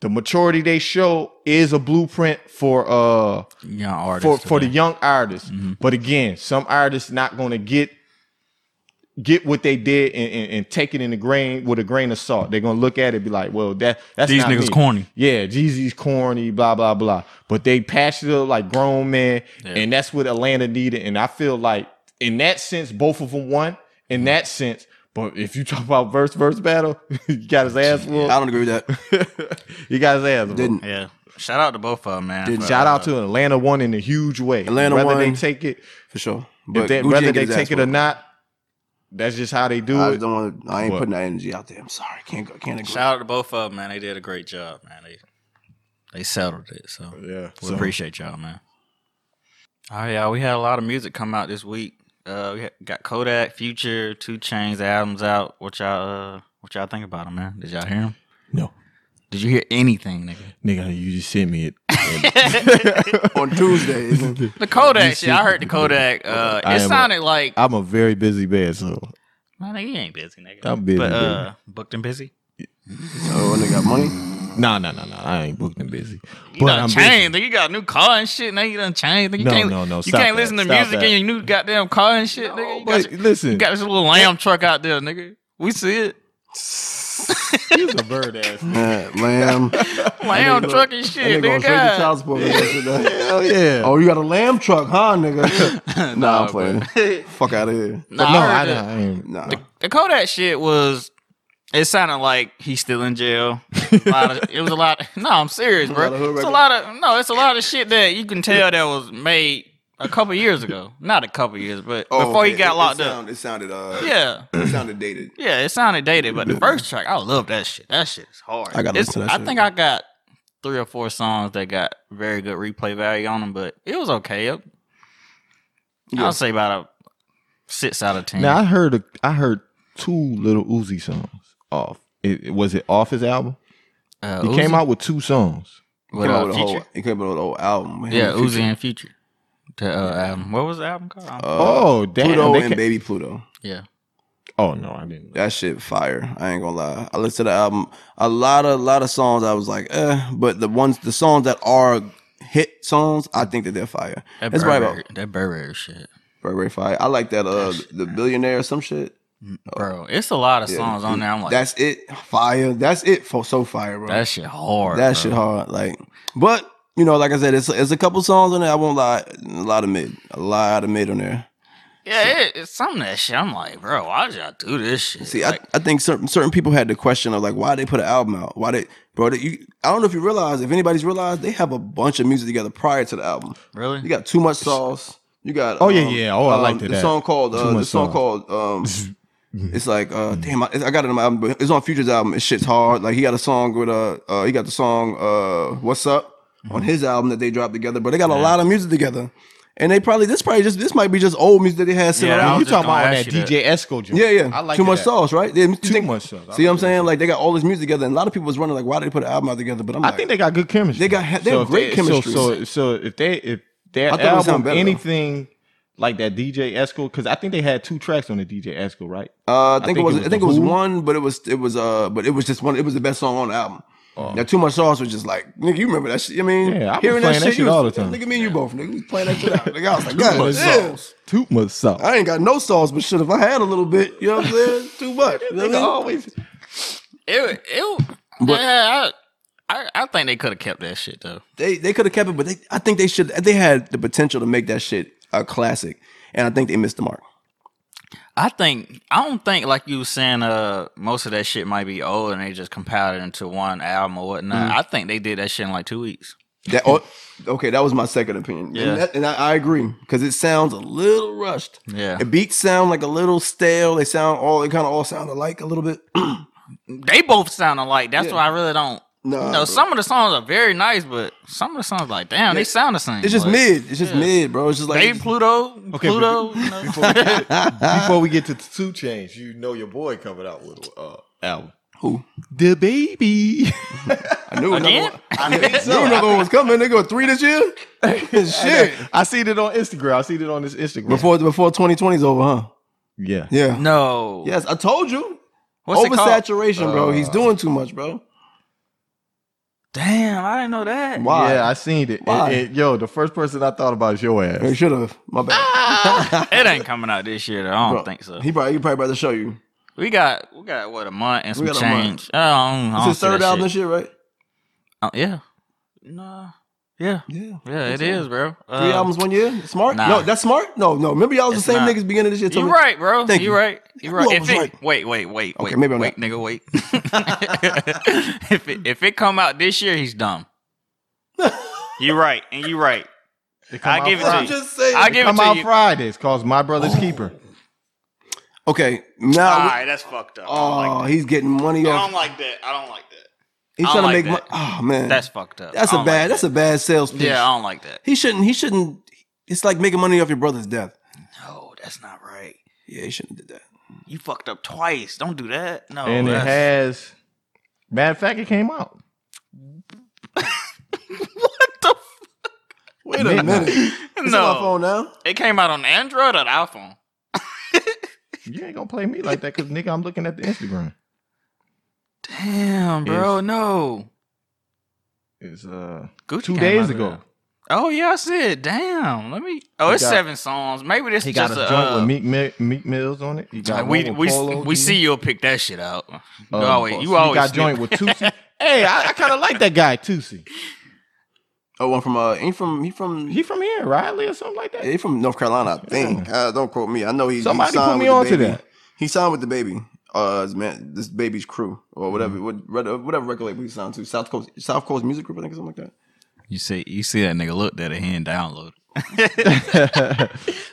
the maturity they show is a blueprint for uh young artist for for the young artists. Mm-hmm. But again, some artists not going to get get what they did and, and, and take it in a grain with a grain of salt. They're going to look at it and be like, well, that that's These not niggas me. corny. Yeah, Jeezy's corny, blah blah blah. But they patched it up like grown men, and that's what Atlanta needed. And I feel like in that sense, both of them won in that sense. But if you talk about verse verse battle, you got his ass whooped. I don't agree with that. you got his ass whooped. Didn't. yeah. Shout out to both of them, man. Didn't. for, Shout out uh, to Atlanta one in a huge way. Atlanta whether won. they take it For sure. if they, Gucci ain't whether get they his take ass it or whooped. not, that's just how they do I it. don't want. I ain't What? putting that energy out there. I'm sorry. Can't go. Can't agree. Shout out to both of them, man. They did a great job, man. They they settled it. So we Yeah, appreciate y'all, man. All right, y'all. We had a lot of music come out this week. Uh, we had- got Kodak, Future, Two Chains, the albums out. What y'all uh, what y'all think about them, man? Did y'all hear them? no, Did you hear anything, nigga? nigga, you just sent me it. on Tuesday. isn't it? The Kodak shit. I heard the Kodak. Uh, I it am a- sounded like I'm a very busy man, so Nah, nigga, you ain't busy, nigga. I'm busy, But uh, booked and busy. oh, and they got money. nah, nah, nah, nah. I ain't booked and busy, You but done I'm changed. nigga. You got a new car and shit. Now you done changed. nigga. You No, can't, no, no, You stop can't that, listen to stop music that. in your new goddamn car and shit, nigga. busy. You got, But your- listen, you got this little lamb truck out there, nigga. We see it. he's a bird ass. nigga. Yeah, lamb. Lamb Nigga, truck and That shit, nigga nigga. gonna show you God. child support. when that shit done. Hell yeah. Oh, you got a lamb truck, huh, nigga? nah, I'm playing. Fuck out of here. But Nah, no, I I, heard I, that. ain't. Nah. The Kodak shit was. It sounded like he's still in jail. A lot of, it was a lot. no, I'm serious, lot of hood bro. It's a records. lot of no. It's a lot of shit that you can tell that was made a couple years ago. Not a couple years, but Oh, before he okay. got It- locked it up. sound- It sounded uh, Yeah. it sounded dated. Yeah, it sounded dated, but the first track, I love that shit. That shit is hard. I gotta It's- listen to that I shit. think I got three or four songs that got very good replay value on them, but it was okay. It- Yeah. I'll say about a six out of ten. Now I heard a, I heard two little Uzi songs off. It, it- was it off his album? uh, He Uzi came out with two songs. He with, came uh, out with a whole. Future. He came out with a whole album. man. Yeah, Future. Uzi and Future. The uh, album. What was the album called? Uh, oh damn! Pluto they and ca- Baby Pluto. yeah, oh no, I didn't. That shit fire. I ain't gonna lie. I listened to the album. A lot of lot of songs. I was like, eh. But the ones, the songs that are hit songs, I think that they're fire. that That's probably Burberry, about that Burberry shit, Burberry Fire. I like that. Uh, That shit, the billionaire or some shit. bro. It's a lot of Uh, Yeah. songs on there. I'm like, That's it. Fire. That's it for so fire, bro. that shit hard. that bro. shit hard. Like, but you know, like I said, it's it's a couple songs on there. I won't lie, a lot of mid, a lot of mid on there. Yeah, it, it's some of that shit. I'm like, bro, why did y'all do this shit? See, like, I, I think certain certain people had the question of like, why they put an album out? Why they, bro? They, you, I don't know if you realize, if anybody's realized, they have a bunch of music together prior to the album. really? You got too much sauce. You got um, Oh, yeah, yeah. Oh, I liked the that. song called Too uh, the Much song Sauce. called um. It's like uh, damn, I, I got it on my album. But it's on Future's album. It shit's hard. Like he got a song with uh, uh he got the song uh, "What's Up" Mm-hmm. on his album that they dropped together. But they got a lot of music together, and they probably this probably just this might be just old music that they had sitting Yeah, I around. you was just talking about gonna on that ask you DJ that. Esco joint? Yeah, yeah. I like too much that. sauce, right? They- you Too think- much sauce. I See what I'm like that saying? Like they got all this music together, and a lot of people was running like, why did they put an album out together? But I'm I like, think they got good chemistry. They got ha- they have if great they- chemistry. So, so so if they if I their thought it would sound album better, though. anything like that DJ Esco because I think they had two tracks on the DJ Esco right. uh, I think it was I the think it was Who. one, but it was it was uh, but it was just one. It was the best song on the album. Now, too much sauce was just like nigga. You remember that shit? I mean, Oh. Yeah, I was hearing playing that that shit, you shit was- all the time. Nigga, me and you both nigga, we was playing that shit out. Nigga, I was like, God, damn, Too much sauce. I ain't got no sauce, but shit, if I had a little bit, you know what I'm saying? Too much. You know what I Nigga mean? always It, it, yeah, I, I, I think they could have kept that shit though. they they could have kept it, but they I think they should. They had the potential to make that shit a classic, and I think they missed the mark. I think I don't think like you was saying. Uh, most of that shit might be old, and they just compiled it into one album or Mm. whatnot. I think they did that shit in like two weeks. That oh, okay, that was my second opinion. Yeah. and, that- and I, I agree because it sounds a little rushed. Yeah, The beats sound like a little stale. They sound all they kind of all sound alike a little bit. nah, they both sound alike. That's Yeah. why I really don't. You know, bro. some of the songs are very nice, but some of the songs like, damn, they sound the same. it's just Like, mid. It's just mid, bro. It's just like They Pluto, Okay, Pluto. but- you know. before we get to two chains, you know your boy coming out with a uh, album. who? The baby. I knew another Again? one. I knew, knew another one was coming. They go three this year. Shit. I seen it on Instagram. I seen it on this Instagram. Before before 2020 is over, huh? yeah. Yeah. no, Yes, I told you. what's it called? Uh, Oversaturation, bro. He's doing too much, bro. Damn, I didn't know that. Why? Yeah, I seen it. Why? It- it- Yo, the first person I thought about is your They ass. should have. My bad. it ain't coming out this year. Though. I don't Bro, think so. He probably he probably about to show you. We got we got what a month and some We got a month. change. I don't, I It's don't his see third that album and Shit. shit, right? Oh, yeah, nah, yeah, Yeah. yeah. It is, bro. Uh, Three albums one year? Smart? nah. No, that's smart? No, no. Remember y'all was the It's same not. niggas beginning of this year. You told me- right, bro. Thank you you. right. You right. I If was it right. wait, wait, wait, wait, Okay, wait, maybe I'm wait, nigga, wait. if it, if it come out this year, he's dumb. you right, and you right. I give it to I'm you. just saying. I give it Come to out you. Fridays, cause my brother's Oh. keeper. okay, now. All we- right, that's fucked up. oh, I don't like he's getting money that. I off. don't like that. I don't like that. He's I trying don't to make money. like Oh man, That's fucked up. that's I a don't bad. like that's a bad sales pitch. that. yeah. I don't like that. he shouldn't. He shouldn't. It's like making money off your brother's death. No, that's not right. Yeah, he shouldn't have did that. You fucked up twice. Don't do that. No, and it Oh, that's- has matter of fact, it came out. what the? F- Wait a minute. It's on my no, phone now. it came out on Android or the iPhone. You ain't gonna play me like that, cause nigga, I'm looking at the Instagram. Damn, bro, no. It's uh Gucci two came days out ago. with- Oh yeah, I said. Damn, let me. Oh, He it's got- seven songs. Maybe this He is got just a a. joint uh, with Meek, Mi- Meek Mills on it. He got one we with we Polo we G. see you'll pick that shit out. You Um, always you he always got joint with Tusi. hey, I, I kind of like that guy Tusi. Oh, one from uh, ain't from he from He from here, Riley or something like that. he from North Carolina. I think. Uh, don't quote me. I know he's Somebody he signed put me with the on to Baby. that. He signed with the baby. Uh, his man, this Mm-hmm. uh, baby's crew or whatever, what- whatever record label he signed to. South Coast, South Coast Music Group, I think, or something like that. You see, you see that nigga looked at it. He didn't download. yeah,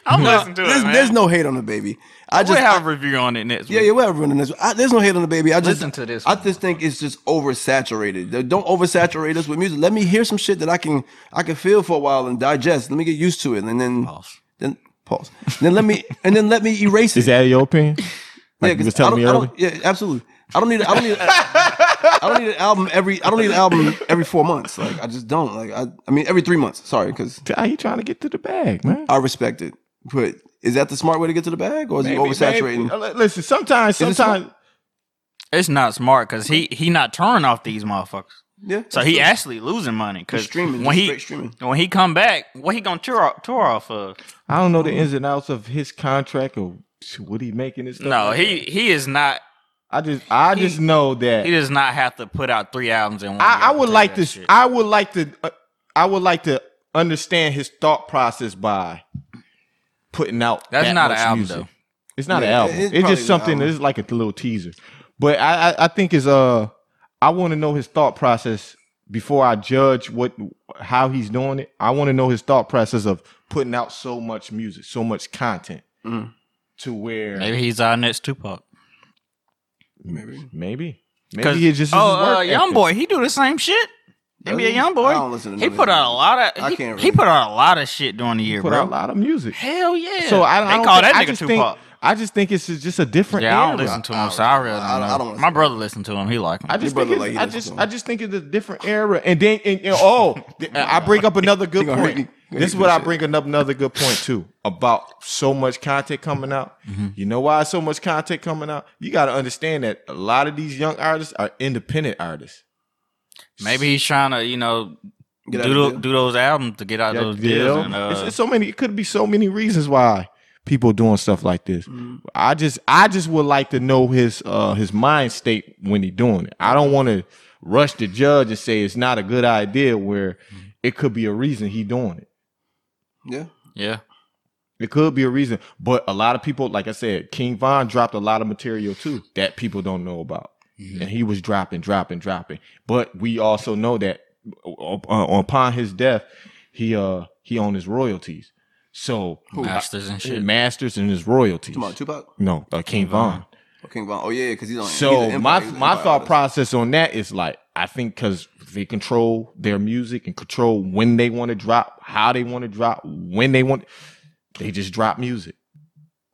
I'm Nah, listening to there's, it, man. there's no hate on the baby. I we'll just have a review on it next yeah, week. yeah, we're running this. I, there's no hate on the baby. I just Listen to this I one. just think it's just oversaturated. They Don't oversaturate us with music. Let me hear some shit that I can I can feel for a while and digest. Let me get used to it, and then Pause. then pause. then let me and then let me erase Is it. that your opinion? Like you 'cause was I telling don't- me I earlier. don't- Yeah, absolutely. I don't need. I don't need. I don't need an album every. I don't need an album every four months. Like I just don't. Like I. I mean every three months. Sorry, because How you trying to get to the bag, man? I respect it. But is that the smart way to get to the bag, or is Maybe- you oversaturating? maybe- uh, Listen, sometimes, Is it smart? sometimes. It's not smart because he he not turning off these motherfuckers. Yeah. So he actually losing money Just because streaming. when just he straight streaming. when he come back, what he gonna tour off, tour off of? I don't know the ins and outs of his contract or what he making and stuff. No, like he that. he is not. I just, I he- just know that He does not have to put out three albums in one. year I, I to would do like that to. shit. I would like to. uh, I would like to understand his thought process by putting out. That's that not an much album, music. though. It's not an Yeah, album. it's It's, probably just an something. album. It's like a little teaser. But I, I, I think it's uh, I want to know his thought process before I judge what how he's doing it. I want to know his thought process of putting out so much music, so much content, Mm. to where Maybe he's our next Tupac. Maybe. maybe Cause- maybe it just is his oh, work uh, young ethic. boy, he do the same shit. Does NBA he? young I boy, don't listen to he none of put his out a lot of I he, can't he really- put out a lot of shit during the year, put bro. out a lot of music. Hell yeah! So I, I they don't call think, that I nigga just think- Tupac. I just think it's just a different Yeah, I don't era. listen to I him, don't- so I really don't I don't- know. I don't listen My to brother listened to him. He liked him. I just Your think brother it's, like I this just song. I just think it's a different era. And then and, and- oh, th- I bring up another good He gonna hurt point. me. He This is gonna what hurt I me. bring up another good point too about so much content coming out. Mm-hmm. You know why so much content coming out? You got to understand that a lot of these young artists are independent artists. Maybe he's trying to, you know, Get out do, of tho- jail. do those albums to get out Yeah, those yeah. deals. And, uh, it's, it's so many. It could be so many reasons why people doing stuff like this. I just, I just would like to know his, uh, his mind state when he doing it. I don't want to rush the judge and say it's not a good idea where it could be a reason he doing it. Yeah. yeah, It could be a reason, but a lot of people, like I said, King Von dropped a lot of material too that people don't know about, Mm-hmm. and he was dropping, dropping, dropping. But we also know that uh, upon his death, he uh he owned his royalties. So masters and his shit. masters and his royalties. Come on, Tupac. No, uh, King Von. Or King Von. Oh yeah, because he's on. he's an So empire- my he's an my empire thought artist. process on that is like I think because they control their music and control when they want to drop, how they want to drop, when they want, they just drop music.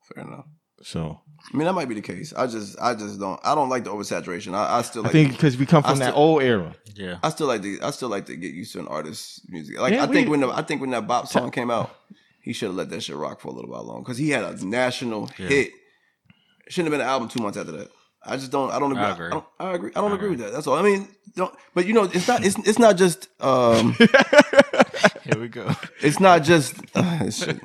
Fair enough. So I mean, that might be the case. I just, I just don't. I don't like the oversaturation. I, I still I like. think because we come I from that still- old era. yeah, I still like to. I still like to get used to an artist's music. Like Yeah, I think we- when the, I think when that Bop song came out, he should have let that shit rock for a little while longer because he had a national hit. Shouldn't have been an album two months after that. I just don't. I don't agree. I I, agree. don't, I agree. I don't agree with that. That's all. I mean, don't. But you know, it's not. It's it's not just. Um, here we go. it's not just uh, shit.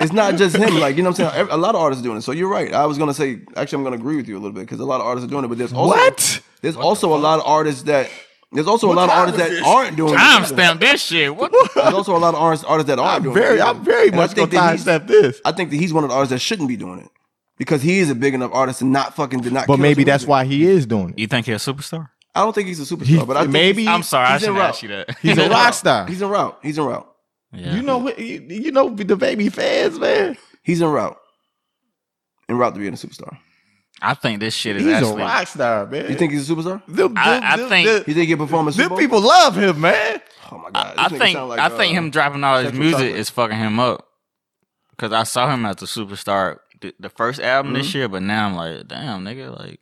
it's not just him like you know what i'm saying Every- a lot of artists are doing it so you're right i was gonna say actually i'm gonna agree with you a little bit because a lot of artists are doing it but there's also What? there's also a lot of artists that there's also a lot of artists that aren't doing Time it stamp this shit. What? there's also a lot of artists artists that aren't I'm doing very, it I'm very And much gonna that time he's- step this. i think that he's one of the artists that shouldn't be doing it because he is a big enough artist to not fucking did not But kill maybe some that's music. why he is doing it. You think he's a superstar? i don't think he's a superstar He- but i think maybe I'm sorry, I he's in shouldn't route. ask you that. he's a rock star. he's en route he's en route yeah. You know, what- you, you know the baby fans, man. he's en route en route to being a superstar I think this shit is He's a actually. rock star, man. you think he's a superstar Them, I- them- I them- think- them- You think your performance? them people love him, man. Oh my I, god! I this nigga think sound like, I think uh, him dropping all his Sexual music Chocolate. is fucking him up. Cause I saw him as a superstar the, the first album this year, but now I'm like, damn nigga, like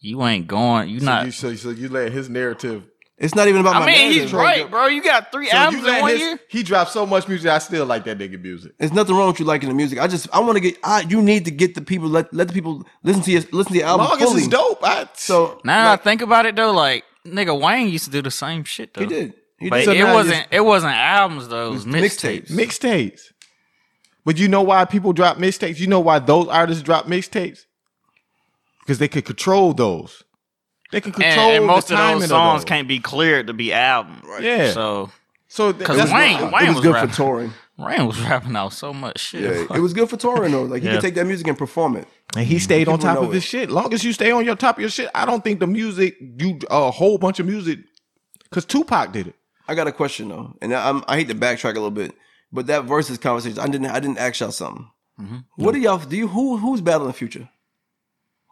you ain't going, you not. so, you, so, so you let his narrative. It's not even about my I mean, narrative. he's right, bro. You got three So you albums in let one his- year. He dropped so much music. I still like that nigga music. There's nothing wrong with you liking the music. I just I want to get. I you need to get the people. Let let the people listen to your listen to your album Long as fully. it's dope. I, So Now that like, I think about it though, like nigga Wayne used to do the same shit though. he did. He But did. So it now you- wasn't it wasn't albums though. It was mixtapes. mixtapes. mixtapes. But you know why people drop mixtapes? You know why those artists drop mixtapes? Because they could control those. They could And, control and most the of timing those songs those. can't be cleared to be album. Right. Yeah. So So th- 'Cause that's Wayne- why- Wayne Uh, it was was good rapping. for touring. Rain was rapping out so much shit. Yeah, it was good for touring though. Like he Yeah. could take that music and perform it. and he stayed on People top know of his it. shit. Long as you stay on your top of your shit, I don't think the music you a whole bunch of music because Tupac did it. I got a question though, and I- I'm, I hate to backtrack a little bit, but that versus conversation, I didn't, I didn't ask y'all something. Mm-hmm. Mhm. What do y'all do? You who who's battling future?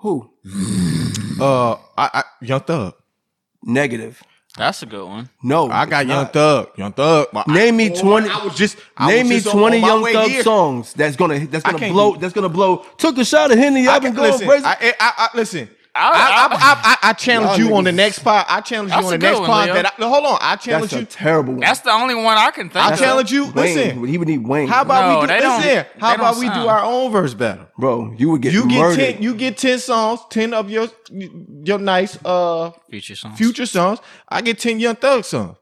Who Uh, I, I Young Thug. negative? That's a good one. No, I got it's Young not. Thug. Young Thug. my- Uh, Name me I- 20 I was just. I Name was me just on- twenty on my Young way Thug here. songs that's gonna that's I gonna can't blow do- that's gonna blow. Took a shot at Henny. I've been I- going listen, crazy. I, I, I, I- listen. I- I, I, I, I, challenge Y'all you on the niggas- next pod. I challenge you That's on the a good next one, pod. Leo. That I, no, hold on. I challenge that's you. a terrible one. That's the only one I can think. I of. challenge you. Wayne, Listen. he would need Wayne. How about No, we do, they don't- listen? they How about don't we do sound. our own verse battle? bro? You would get You get murdered. ten. You get ten songs. Ten of your your nice uh future songs. future songs. I get ten Young Thug songs.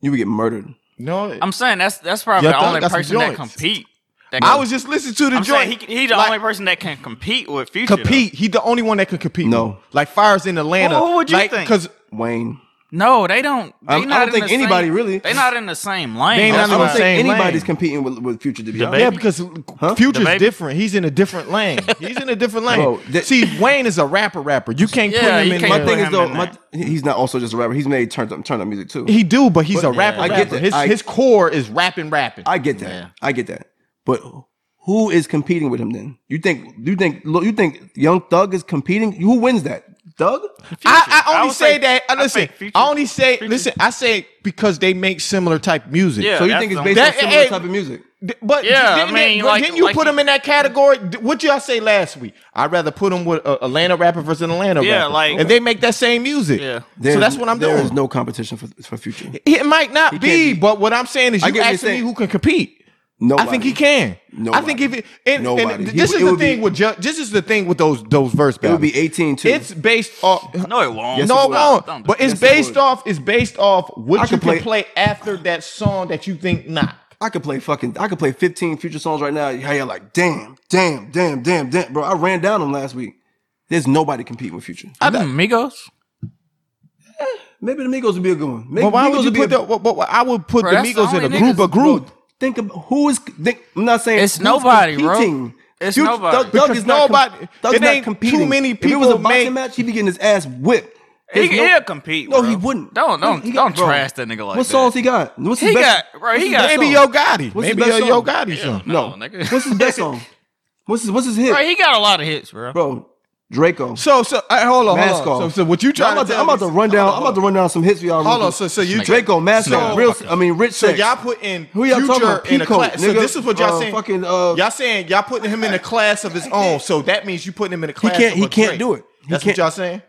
you would get murdered. No, I'm saying that's that's probably Yeah, the Thug only got some person that joints. compete. That I can- was just listening to the I'm joint. saying he, he the Like, only person that can compete with future. though. compete. He the only one that can compete. No. like fires in Atlanta. Who- who would you like, think? Because Wayne. No, they don't. They I- I not don't in think the same- anybody really- They not in the same lane. They ain't That's not in the why- I don't think same anybody's lane. competing with, with Future to be honest. Debate. yeah, because Huh? Future's Baby. different. He's in a different lane. He's in a different lane. Bro, that- See, Wayne is a rapper. Rapper. You can't Yeah, put him you in. can't my put thing. thing is him though, in my, that. he's not also just a rapper. He's made turned up turned up music too. He do, but he's But- a rapper. I get rapper. that. His I- his core is rapping. Rapping. I get that. Yeah. I get that. But who is competing with him then? You think you think look, you think Young Thug is competing? Who wins that? Thug? I, I I only would say, say- that. uh, I listen, think Future- I only say Future- listen. I say because they make similar type music. Yeah. So you that's think it's the- based That- on similar hey, type of music? D- But Yeah, didn't, I mean, it- but like- didn't you like- put him in that category? D- What y'all say last week? I'd rather put him with uh, Atlanta rapper versus an Atlanta Yeah, rapper. like- and they make that same music. Yeah. There's- so that's what I'm There is doing. no competition for for Future. it might not can't be, be- but what I'm saying is, I you get what you're asking me saying. who can compete. Nobody. I think he can. I Nobody. think if it, and, and Nobody. th- He this would- is it the would thing be- with ju- this is the thing with those those verse It battles. would be 18 too. It's based off. No, it won't. Yes, no, it it would. won't. Don't do But that. it's Yes, it based would. off. It's based off what I you could can play- play, after that song that you think not. I could play fucking I could play 15 Future songs right now. How you're like, damn, damn, damn, damn, damn. Bro, I ran down him last week. There's nobody competing with Future. I think Migos. Maybe the Migos would be a good one. Maybe But why Migos would you be a- put the? But, but I would put Bro, the that's the Migos in a only group. niggas- A group. Bro, think about who is. Think, I'm not saying It's who's nobody, bro. competing. It's nobody. Thug, Thug Because is not nobody- com- Thug's it not ain't too competing. many If it was a people boxing make- match, he'd be getting his ass whipped. He, There's no- he'll compete. No, bro. he wouldn't. Don't don't He got- don't bro, trash that nigga like What that. songs he got? What's his He best? got- bro, he what's his got- best Maybe song? Yo Gotti. What's his Maybe best Yo song? Yo Gotti song. No, No, nigga. what's his best song? What's his What's his hit? Bro, he got a lot of hits, bro. Bro, Draco. So so uh, hold on, Mask hold on. So, off. so what you I'm trying about to, tell I'm about to me- run down. Hold on, I'm about to run down some hits for y'all. Hold real on, quick. so so you Draco, Mask So- Off, real. I mean, Rich. So Sex. y'all putting Who y'all talking Future about? in a Peacoat, class. So nigga. this is what y'all Uh, saying. fucking, uh, y'all saying y'all putting him in a class of his own. So that means you putting him in a class. can't- of he a can't Drake. do it. He That's can't- what y'all saying.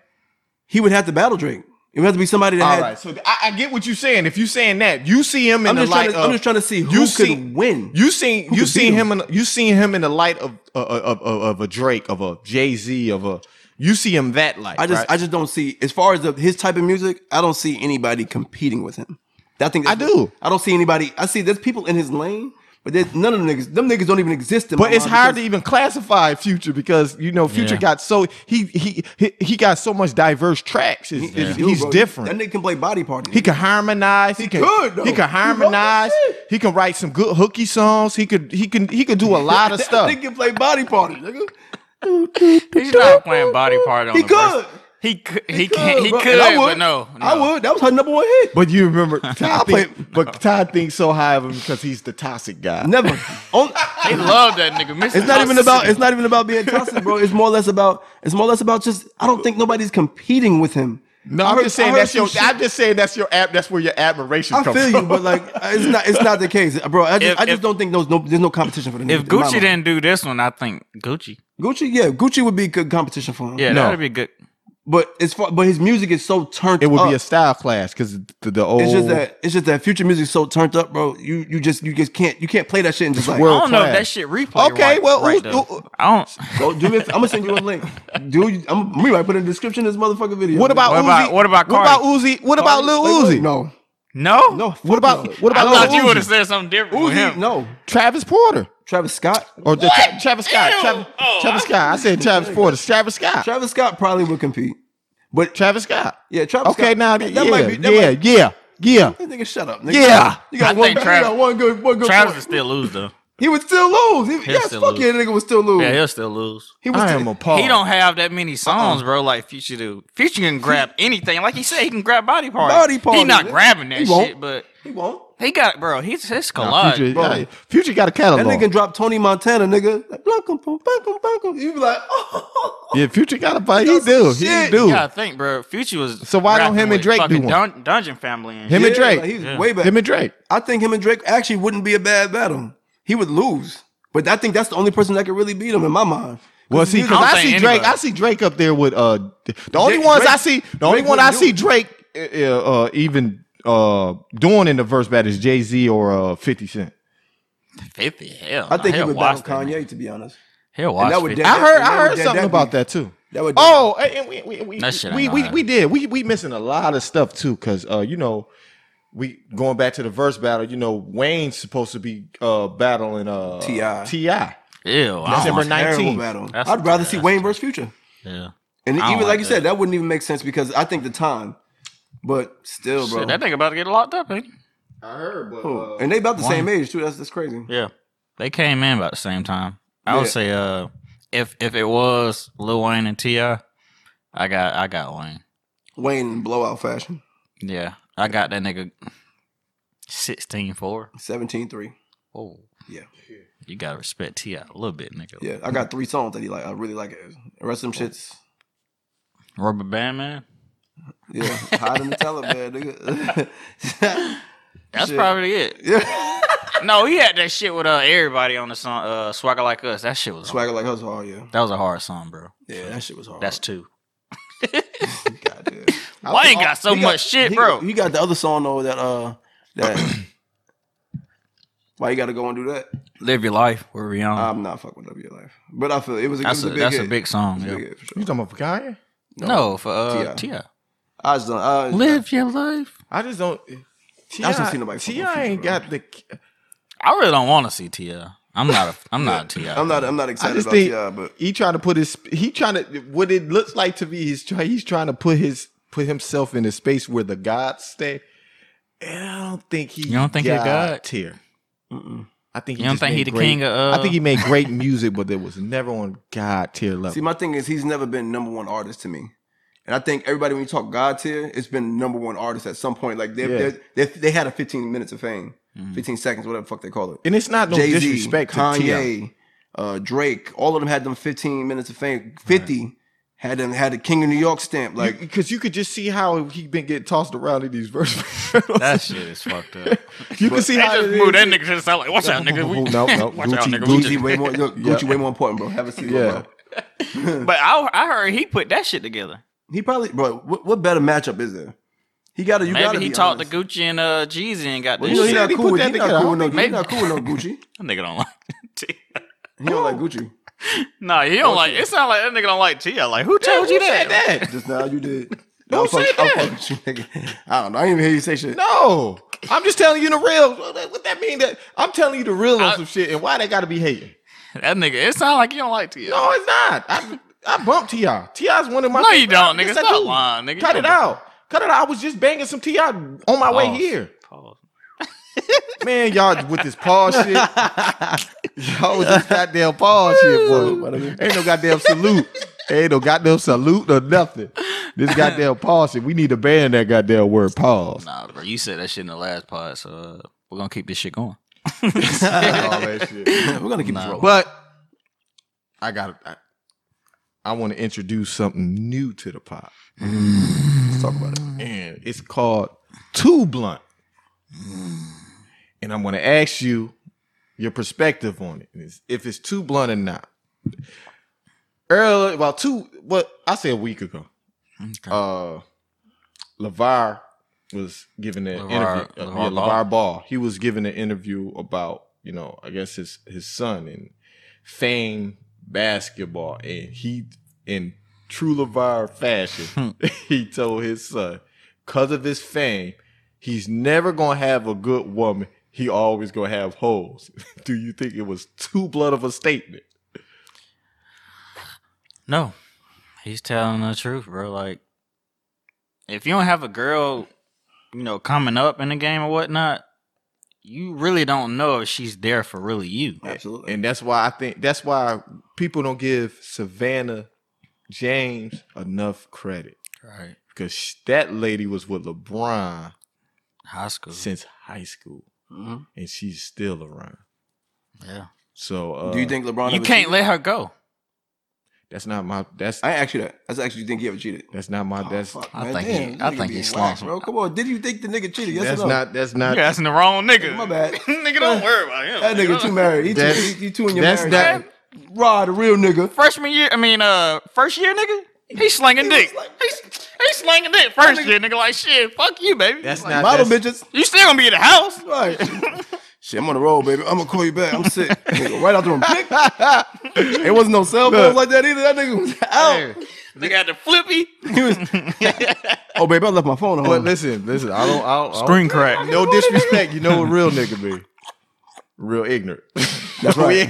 he would have to battle Drake. It would have to be somebody that All had right, so th- I, I get what you're saying. If you saying that, you see him in I'm the just light. trying to- of, I'm just trying to see who you could see- win. You seen you could seen beat him in you seen him in the light of uh, of, of of a Drake of a Jay Z of a you see him that light. I just right? I just don't see as far as the, his type of music. I don't see anybody competing with him. I think that's- I do. I don't see anybody. I see there's people in his lane, but there's none of them niggas. Them niggas don't even exist in. but my it's mind hard to because- even classify Future because you know Future Yeah. got so he he he- he got so much diverse tracks. It's- it's- Dude, He's bro, different. That nigga can play body party. He can harmonize. He, can. could, though. he can He wrote that harmonize. shit. He can write some good hooky songs. He could. He can. He could do a lot of That stuff. nigga can play body party, nigga. He's not playing body part on He the could. verse. He could. He can. He bro. could. And I But would. no, I no. would. That was her number one hit. But you remember, Todd play- think, but Todd thinks so high of him because he's the toxic guy. Never. On- They love that nigga. Mr. It's not even Toxic. about. It's not even about being toxic, bro. It's more or less about. It's more or less about just. I don't think nobody's competing with him. No, I I'm heard- just I saying heard that's some your. shit- I'm just saying that's your app. That's where your admiration I comes. feel you, from. but like it's not. It's not the case, bro. I just, If- I just if- don't think no, no. There's no competition for the If nigga, in my Gucci mind. didn't do this one, I think Gucci. Gucci, yeah, Gucci would be good competition for him. Yeah, No. that'd be good. but as far, but his music is so turned. it would up. be a style clash because the, the old. It's just that. It's just that future music's so turned up, bro. You you just you just can't you can't play that shit and just like. I World don't know if class. that shit replay. Okay, right, well, right who- though. who- I don't. Go "Oh, do it. I'm gonna send you a link, dude. I'm, we might put in the description of this motherfucking video. What about What Uzi? about- what about what about Uzi? What about Lil Wait, Uzi? wait, No, No, no. What fuck no. about what I about thought Lil you would have Uzi? said something different. with Uzi? him. No, Travis Porter Travis Scott. or the Tra- Travis Scott? Ew. Travis, Oh, Travis I- Scott. I said Travis Porter. Travis Scott. Travis Scott probably would compete. But Travis Scott. yeah, Travis Okay, Scott. now that, that, that yeah, might be that yeah, might, yeah, yeah. Nigga, shut up. Nigga. Yeah. You got, I one, think you Travis- got one good one good Travis point. would still lose though. He would still lose. He, He'll yes, still fuck lose. yeah, that nigga would still lose. Yeah, he'll still lose. he was I still, am appalled. He don't have that many songs, bro. Like Future do. Future can grab anything. Like he said, he can grab body parts. Body He's parts, not nigga. grabbing that He won't. shit, but He won't. he got bro. He's his Nah, collage. Future, Bro. yeah, Future got a That catalog. nigga dropped Tony Montana, nigga. Like, blunkum, boom, bunkum, bunkum. You be like, oh. yeah, Future got a body. He That's do. He shit. do. Yeah, I think, bro. Future was So why don't rapping him and with Drake do fucking one? Dun- Dungeon Family and Him shit. and Drake. like, he was Yeah. way better. Him and Drake. I think him and Drake actually wouldn't be a bad battle. He would lose, but I think that's the only person that could really beat him in my mind. Well, see, because don't I, think see anybody- Drake. I see Drake up there with uh the only Drake- ones I Drake- see. The only Drake one I wouldn't do see it. Drake uh, uh, even uh doing in the verse battle is Jay Z or uh Fifty Cent. Fifty. Hell, I think he'll he would watch battle Kanye, to be honest. He'll that watch would 50. def- I heard. I that- heard that- something that'd about be- that too. That would. Oh, and and we we we That shit we, ain't we, alright. we did. We we missing a lot of stuff too, because uh, you know, we going back to the verse battle. You know, Wayne's supposed to be uh battling uh T.I.. Ti. Ew, I don't December want- ninth. terrible 19. battle. That's- I'd rather see Wayne versus Future, Yeah. and I don't even like, like you that. said, that wouldn't even make sense because I think the time. But still, bro. Shit, that nigga about to get locked up, ain't he? I heard, but uh, Who? and they about the same age too. That's that's crazy. Yeah. They came in about the same time. I Yeah. would say uh if if it was Lil Wayne and T.I., I got I got Wayne. Wayne in blowout fashion, Yeah. I got that nigga 16-4. 17-3. Oh. Yeah. You gotta respect T.I. a little bit, nigga. Yeah, I got three songs that he like. I really like it. The rest of them shits. Rubber Band Man. Yeah, hide in the teller, man, nigga. That's Shit. probably it. yeah, No, he had that shit with uh everybody on the song uh Swagger Like Us. That shit was swagger like hustle. Oh yeah, that was a hard song, bro. yeah, that shit was hard. That's two. Goddamn. Wayne got so He much shit, he- bro. You got the other song though that uh that. Why you gotta go and do that? Live your life. We're Rihanna. Mm-hmm. I'm not fucking with up your life, but I feel it was a, that's a, it was a, um, big that's hit. a big It song. was a Yeah. big hit, for sure. you talking about Kanye? No. for uh, T.I.. Tia. I just don't. I, Live your life. I just don't. Ti just don't see nobody fucking Ti with Future, ain't bro. got the. I really don't want to see Tia. I'm not. A, I'm not a Tia. I'm not. I'm not I excited just about think T.I., but he trying to put his he trying to what it looks like to me. He's try, he's trying to put his put himself in a space where the gods stay. And I don't think he. You don't think he a god? tier? mm-mm. I think he You don't just think made he the great- king of, uh, I think he made great music, but it was never on God tier level. see, my thing is he's never been number one artist to me. And I think everybody, when you talk God tier, it's been number one artist at some point. Like they Yeah. they they they had a 15 minutes of fame, 15 seconds, whatever the fuck they call it. and it's not no Jay Z, disrespect to Ti. Kanye, uh, Drake, all of them had them 15 minutes of fame. 50 had them had the King of New York stamp. Like because you, could just see how he been getting tossed around in these verses. you That shit is fucked up. can see They how just it moved is. that nigga to the side. Like, watch out, nigga. We, No, no, watch out, Gucci, nigga. we Gucci, way more look, Gucci, Yeah. way more important, bro. Have a seat, Yeah. bro. just- But I, I heard he put that shit together. He probably, bro. What, what better matchup is there? He got to. You got Maybe to he be talked honest. to Gucci and uh Jeezy and got Well, this you know he shit. said not he cool put with that he not together. cool with no Maybe- he not cool with no Gucci. That nigga don't like Tia. He don't like Gucci. Nah, he don't like. It sound like that nigga don't like Tia. Like, who told you Who said that? that? Just now you did. Who I'm fuck- said I'm that? fuck with you, nigga. I don't know. I didn't even hear you say shit. No, I'm just telling you the real. What that- what that mean? That I'm telling you the real on I- some shit, and why they got to be hating? That, nigga. It sound like you don't like Tia. No, it's not. I I bumped Ti. Ti's one of my. No, you favorite don't, artists. nigga. Yes, I Stop do. lying, nigga. You Cut it don't- out. Cut it out. I was just banging some Ti on my way Pause. here. Pause. Man, y'all with this pause shit. y'all with this goddamn pause shit, boy. Ain't no goddamn salute. Ain't no goddamn salute or nothing. This goddamn pause shit. We need to ban that goddamn word pause. Nah, bro. You said that shit in the last pod, so uh, we're gonna keep this shit going. All that shit. We're gonna keep this rolling. But I got. I, I want to introduce something new to the pot, Let's talk about it. and it's called Too Blunt. And I'm going to ask you your perspective on it, and it's- if it's too blunt or not. Earlier, about two, what I say a week ago, Okay. uh, Levar was giving an LeVar- interview. uh, LeVar yeah, Ball? LeVar Ball. He was giving an interview about, you know, I guess his his son and fame basketball. And he, in true LeVar fashion, Hmm. he told his son, because of his fame, he's never going to have a good woman. He always going to have holes. Do you think it was too blunt of a statement? No, he's telling the truth, bro. Like, if you don't have a girl, you know, coming up in the game or whatnot, you really don't know if she's there for really you. Absolutely. and that's why I think that's why people don't give Savannah James enough credit Right. because sh- that lady was with LeBron High school. since high school, Mhm. and she's still around. Yeah. So uh, Do you think LeBron? you ever can't cheated? let her go. that's not my that's I asked you that. I asked you, you think he ever cheated? that's not my that's fuck, I man. think Damn, he- this I nigga think he being slung whack, bro. Come on, did you think the nigga cheated? Yes that's or no? not that's not You're asking the wrong nigga. My bad. nigga, don't worry about him. That nigga too married. He too, That's- he, he too in your that's marriage. not- Rod, a real nigga. Freshman year, I mean, uh, first year, nigga, he's slinging was dick. like- He's he's slinging dick first year, nigga. Like shit, fuck you, baby. that's Like, not Model that's, bitches. You still gonna be in the house? Right. Shit, I'm on the road, baby. I'm gonna call you back. I'm sick. Nigga, right out the room. Click. It wasn't no cell phones Look. like that either. That nigga was out. Hey, They got the flippy He was, oh, baby, I left my phone at but home. listen, listen, I don't, I don't, I don't crack. no disrespect. You know what real nigga be? Real ignorant. That's right. Yeah.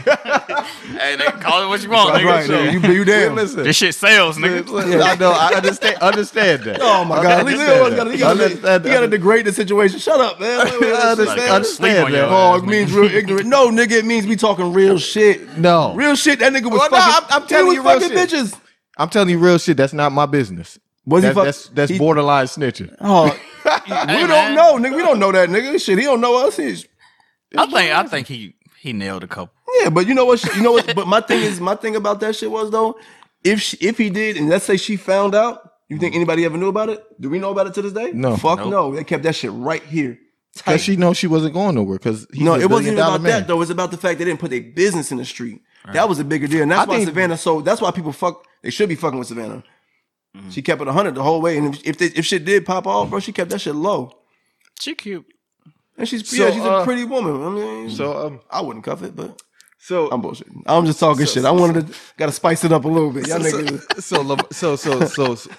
Hey, nigga, call it what you want, That's nigga. right. So- nigga. You, you damn. Listen, This shit sells, nigga. listen, I know, I understand, understand that. Oh my I god! At least understand always that. gotta, he gotta, he Understand- gotta degrade the situation. Shut up, man. Like, I understand, Like, uh, sleep understand on that. your Oh, it means real ignorant. No, nigga, it means we talking real shit. No, Real shit. That nigga was Well, no, fucking. Oh, I'm- I'm telling he you was real fucking shit. bitches. I'm telling you real shit. That's not my business. Was he That- fuck- that's that's he- borderline snitching. Oh, we Hey, don't man. know, nigga. We don't know that nigga. Shit, he don't know us. He's, I think I think he he nailed a couple. yeah, but you know what? You know what? But my thing is, my thing about that shit was though, if she, if he did, and let's say she found out, you think anybody ever knew about it? Do we know about it to this day? Mm-hmm. No. Fuck Nope. no. They kept that shit right here. Tight. Because she knows she wasn't going nowhere. Because no, it wasn't even about man. that though. It's about the fact they didn't put their business in the street. That was a bigger deal, and that's I why think- Savannah. So that's why people fuck. They should be fucking with Savannah. Mm-hmm. She kept it hundred the whole way, and if if, they, if shit did pop off, bro, she kept that shit low. She cute. And she's So, yeah, she's a uh, pretty woman. I mean, So um, I wouldn't cuff it, but so I'm bullshit. I'm just talking shit. I wanted to gotta spice it up a little bit. Y'all so, niggas, so Le- so so so so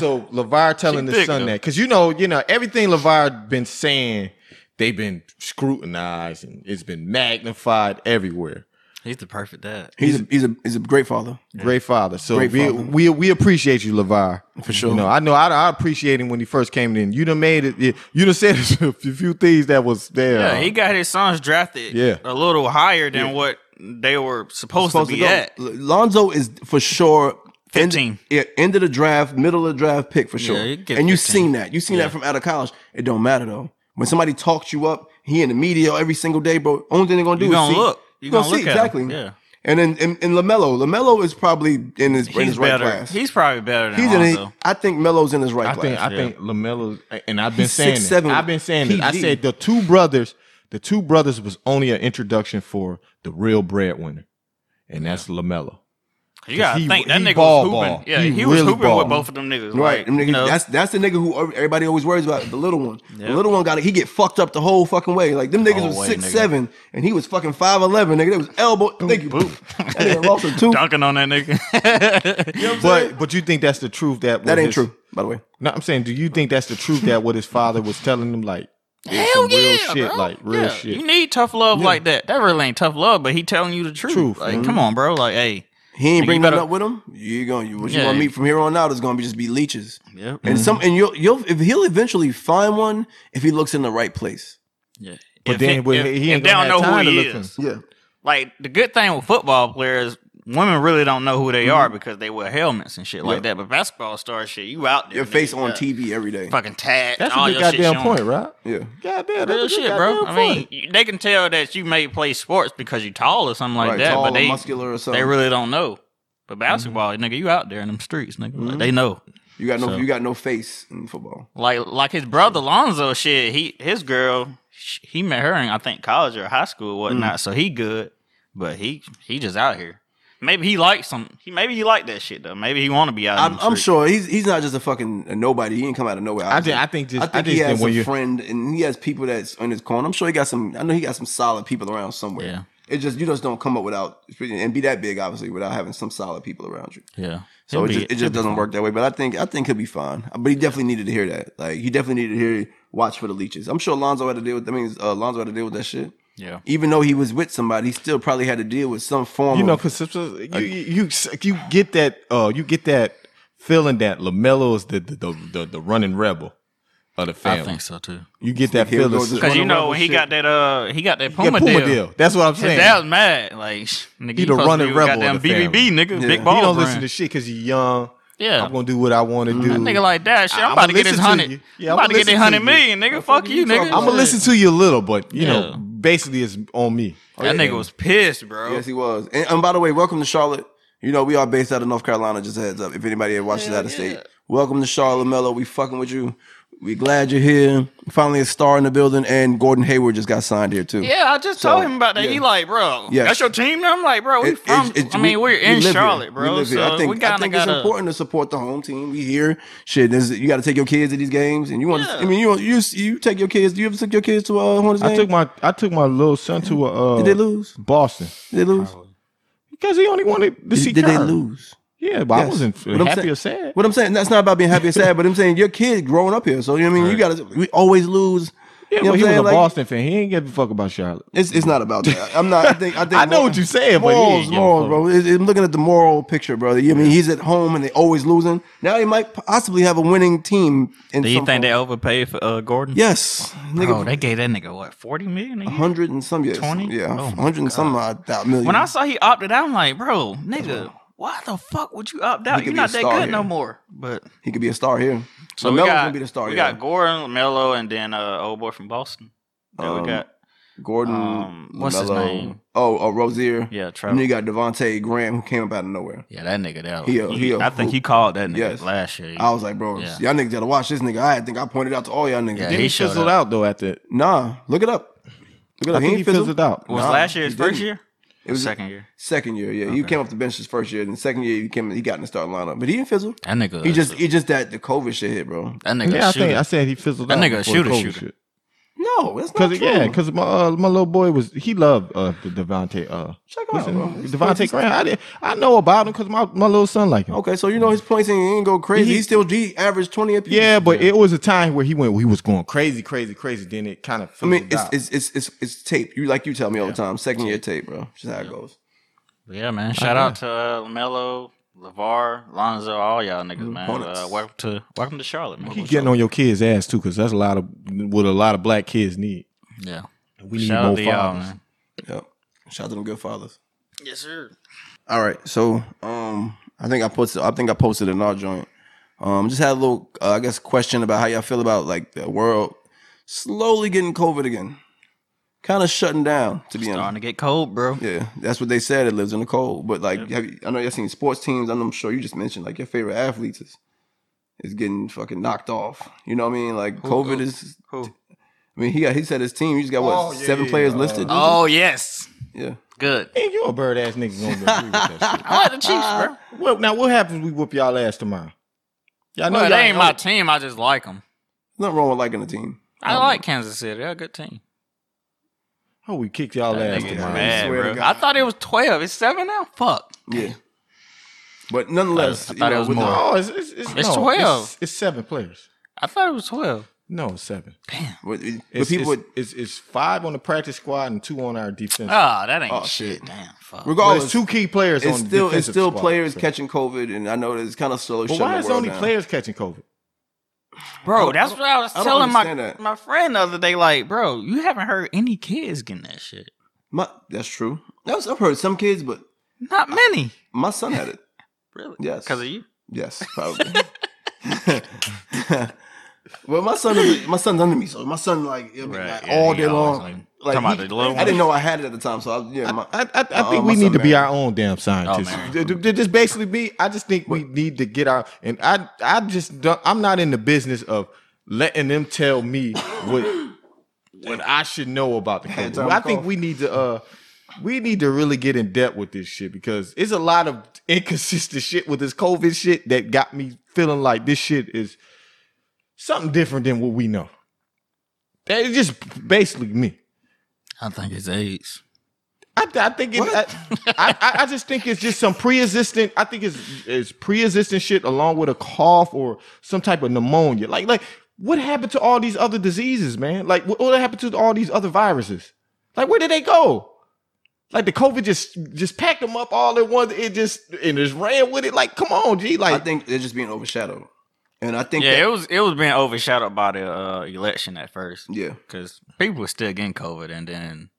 Levar telling his She thick, son though. that because you know you know everything Levar been saying they've been scrutinized and it's been magnified everywhere. He's the perfect dad. he's a, he's a he's a great father. Great father. So Great we, father. we we appreciate you, Levar. For sure. You know, I know I, I appreciate him when he first came in. You done made it. You you done said a few things that was there. Yeah, he got his sons drafted Yeah. a little higher than what they were supposed, Supposed to to be go. at. L- Lonzo is for sure. End, 15. yeah, end of the draft, middle of the draft pick for sure. you get and you've 15. seen that. You've seen that from out of college. It don't matter though. When somebody talks you up, he in the media every single day, bro. Only thing they're gonna do You is gonna see. look. You You're gonna look see at him. exactly. Yeah. And then and, and Lamelo, Lamelo is probably in his, He's in his right better. class. He's probably better than He's in. Lonzo. His, I think Melo's in his right I class. think I Yeah. think Lamelo and I've been He's saying six, this. seven. I've been saying this. I PG. said the two brothers, the two brothers was only an introduction for the real breadwinner, and that's Lamelo. You gotta he- think that he nigga ball was hooping. ball. Yeah, He he, was really hooping ball. with both of them niggas. Right, Like, them niggas- you know, that's that's the nigga who everybody always worries about. The little one, the Yeah. little one got he get fucked up the whole fucking way. Like them niggas Whole was way, six nigga. seven, and he was fucking five eleven. Nigga, they was elbow. thank you. That nigga lost a two. dunking on that nigga. But but you think that's the truth that That was his- ain't true, by the way. No, I'm saying, do you think that's the truth that what his father was telling him? Like, there's Hell some real yeah, shit, bro. like real Yeah, shit. You need tough love like that. That really ain't tough love, but he telling you the truth. Truth, like, come on, bro. Like, hey, He ain't Nigga, bring you nothing better- up with him. You going you what you Yeah. gonna meet from here on out is gonna be just be leeches. yep. And some and you'll you'll if he'll eventually find one if he looks in the right place. yeah. But then if, but if- he if ain't they gonna don't know have time who to he look is. Yeah. Like the good thing with football players, women really don't know who they Mm-hmm. are because they wear helmets and shit like that. But basketball star shit, you out there, Your face nigga, on yeah. TV every day. fucking tag. That's all a good your shit goddamn showing. point, right? Yeah. Goddamn, that's Real a good shit, bro. goddamn I mean, point. you- they can tell that you may play sports because you're tall or something like Right, that, tall but or they muscular or something. they really don't know. Mm-hmm. But basketball, nigga, you out there in them streets, nigga. Like, they know. you got no So- you got no face in football. Like like his brother Lonzo, shit. He his girl, sh- he met her in I think college or high school Mm. or whatnot. So he good, but he he just out here. Maybe he likes some. He maybe he like that shit though. Maybe he want to be out. in I'm, them I'm streets. sure he's he's not just a fucking a nobody. He didn't come out of nowhere. I think I think just I I think he just think has a when you friend and he has people that's in his corner. I'm sure he got some. I know he got some solid people around somewhere. Yeah. It's just you just don't come up without and be that big, obviously, without having some solid people around you. Yeah. So He'll it be- just, it he'll just be doesn't fine. work that way. But I think I think he'll be fine. But he definitely needed to hear that. Like he definitely needed to hear watch for the leeches. I'm sure Lonzo had to deal with. I mean, uh, Lonzo had to deal with that shit. Yeah. Even though he was with somebody, he still probably had to deal with some form. you know of, because you, you you you get that uh you get that feeling that Lamelo is the the the, the, the running rebel. of the I family. think so too. You get that Here we go feeling. with son. this Because you Wanna know rubble when he shit. got that uh he got that Yeah, Puma, Puma deal. deal. That's what I'm His saying. dad was mad. Like sh- nigga, He you the supposed running to be rebel rebel of goddamn the BBB family. nigga, Yeah. big He he ball. don't brand. listen to shit because he's young. yeah. Mm. I'm gonna do what I want to do. That nigga like that shit. I'm, I'ma about to get listen this to hundred. you. Yeah, I'm I'ma about to get listen that to hundred you. million, nigga. Fuck you, nigga. I'm gonna listen to you a little, but you know, Yeah. basically it's on me. That nigga was pissed, bro. Yes, he was. And, and by the way, welcome to Charlotte. You know, we are based out of North Carolina, just a heads up. If anybody ever watches out of state, welcome to Charlotte Mello. We fucking with you. We glad you're here. Finally a star in the building, and Gordon Hayward just got signed here too. Yeah, I just So, told him about that. He yeah. like, bro, Yeah. that's your team. now? I'm like, bro, we It- from. it- it- I mean, we're in live here. Charlotte, bro. We live here. so I think, we I kind of think got it's important to support the home team. We here. Shit, there's, you got to take your kids to these games, and you want. to Yeah. I mean, you you you take your kids. Do you ever took your kids to a Hornets game? I took my I took my little son to a uh, Did they lose? Boston Did they lose? because he only wanted to see. Did, did they Curry. lose? Yeah, but I Yes. wasn't What I'm happy saying- or sad. What I'm saying, that's not about being happy or sad, but I'm saying your kid growing up here. So you know what I mean, you got to. We always lose. Yeah, you know but he was what I'm a saying? Like, Boston fan. He ain't give a fuck about Charlotte. It's it's not about that. I'm not. I think I think I know mor- what you're saying, but he morals, ain't give a morals, fuck. bro. It- it- I'm looking at the moral picture, brother. You know what I mean, he's at home and they always losing. Now he might possibly have a winning team. In Do you some think form. they overpaid for uh, Gordon? Yes, Bro, nigga, they gave that nigga what forty million a a year? hundred and some years, 20? yeah, Oh a my hundred and some odd thou- million. When I saw he opted out, I'm like, bro, nigga, why the fuck would you opt out? could You're be a not that star good here. no more. But he could be a star here. so we Lamelo's got, gonna be the star. we yeah. got Gordon, Mello, and then uh, old boy from Boston. Then Um, we got Gordon. um, what's his Lamelo. name? Oh, oh, Rozier. yeah, And then Trevor. you got Devontae Graham, who came up out of nowhere. Yeah, that nigga. That He a- he a I think hoop. he called that nigga Yes. last year. I was like, bro, Yeah. y'all niggas gotta watch this nigga. I think I pointed out to all y'all niggas. Yeah, Then he he showed fizzled up. out though after. Nah, look it up. Look it up. I think he fizzled. fizzled out. was nah, last year he his first didn't. year? It was second year. Second year, yeah. He came off the bench his first year, and the second year he came, he got in the starting lineup, but he didn't fizzle. That nigga. He is- just, he just that the COVID shit hit, bro. that nigga. Yeah, I shooter. think I said he fizzled That out. nigga a before the shooter, COVID shooter. shit. No, that's not Cause true. yeah, cause my uh, my little boy was he loved uh the Devontae uh Check him what's his out, bro. name? It's Devontae Graham. I did I know about him cause my, my little son like him. Okay, so you know his points ain't ain't go crazy. He, He- still G averaged twenty apiece. Yeah, but it was a time where he went he was going crazy, crazy, crazy. Then it kind of I fizzled mean it's out. it's it's it's, it's tape. You like you tell me all the time. Second year tape, bro. Just how it goes. But yeah, man. Shout out to uh, Lamelo, Lavar, Lonzo, all y'all niggas, man. Hornets. Uh, welcome to welcome to Charlotte, man. Keep getting on your kids' ass too, cause that's a lot of what a lot of black kids need. Yeah. We need Shout out more to y'all, fathers. man. Yep. Shout out to them good fathers. Yes, sir. All right, so um, I think I posted. I think I posted in our joint. Um, just had a little, uh, I guess, question about how y'all feel about like the world slowly getting COVID again, kind of shutting down. To be honest, Starting to get cold, bro. yeah, that's what they said. It lives in the cold, but like, have you, I know y'all seen sports teams. and I'm sure you just mentioned like your favorite athletes is is getting fucking knocked off. You know what I mean? Like COVID is. Who? I mean, he got he said his team. You just got what Oh, yeah, seven yeah, players yeah. listed. Oh yes. yeah. Good. And you a bird ass nigga gonna agree with that I like the Chiefs, bro. shit. Well, now what happens? if We whoop y'all ass tomorrow. Y'all know Well, y'all they ain't know- my team. I just like them. Nothing wrong with liking a team. Um, I like Kansas City. They're a good team. Oh, we kicked y'all That ass nigga is tomorrow. mad, swear to bro. I God. thought it was twelve. It's seven now. Fuck. Yeah. But nonetheless, I thought it was with the- more. No, it's it's, it's, It's no, 12. It's, it's seven players. I thought it was twelve. No, it's seven. But, but It's, people it's, would, it's, it's five on the practice squad and two on our defense. Oh, that ain't Oh, shit. shit. Damn. Fuck. Well, regardless, it's two key players. it's on the still it's defensive still squad, players so. catching COVID, and I know it's kind of slow. But why is only players catching COVID? Bro, that's what I was I don't telling my understand that. my friend the other day. Like, bro, you haven't heard any kids getting that shit. My, that's true. That's, I've heard some kids, but Not many. my son had it. Really? Yes. Because of you. Yes, probably. well, my son is my son's under me, so my son like, it'll be Right, like yeah, all he day always, long. like, Like, talking about he- the little I ones. didn't know I had it at the time, so I, yeah, my, I, I, I Uh, think my we son need to be our married. own damn scientists. married. Th- th- Just basically be. I just think we need to get our. And I, I just, don't, I'm not in the business of letting them tell me what, what I should know about the Had COVID. time I to think cough. we need to, uh, we need to really get in depth with this shit because it's a lot of inconsistent shit with this COVID shit that got me feeling like this shit is something different than what we know. That is just basically me. I think it's AIDS. I, I think it, I, I, I just think it's just some pre-existing. I think it's it's pre-existing shit along with a cough or some type of pneumonia. Like like what happened to all these other diseases, man? Like what, what happened to all these other viruses? Like where did they go? Like the COVID just just packed them up all at once. It just and just ran with it. Like come on, G. I Like think they're just being overshadowed. And I think Yeah, that, it was it was being overshadowed by the uh, election at first yeah. because people were still getting COVID, and then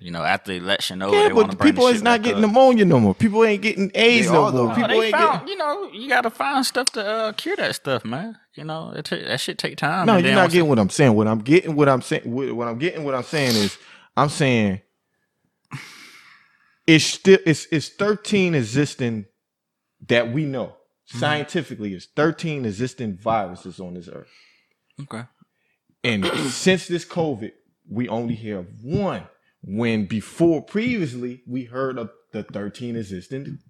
you know after the election over, Yeah, they want but to the bring people the is shit not back getting up. pneumonia no more. People ain't getting AIDS They no are, though. more. No, No, People Oh, they ain't found, getting. you know, you gotta find stuff to uh, cure that stuff, man. You know, it ta- that shit take time. No, and you're then not once getting what I'm saying. What I'm getting, what I'm saying, what, what I'm getting, what I'm saying is, I'm saying it's still it's it's 13 existing that we know scientifically. It's 13 existing viruses on this earth, it- okay. and since this COVID, we only hear of one. When before previously we heard of the 13 existing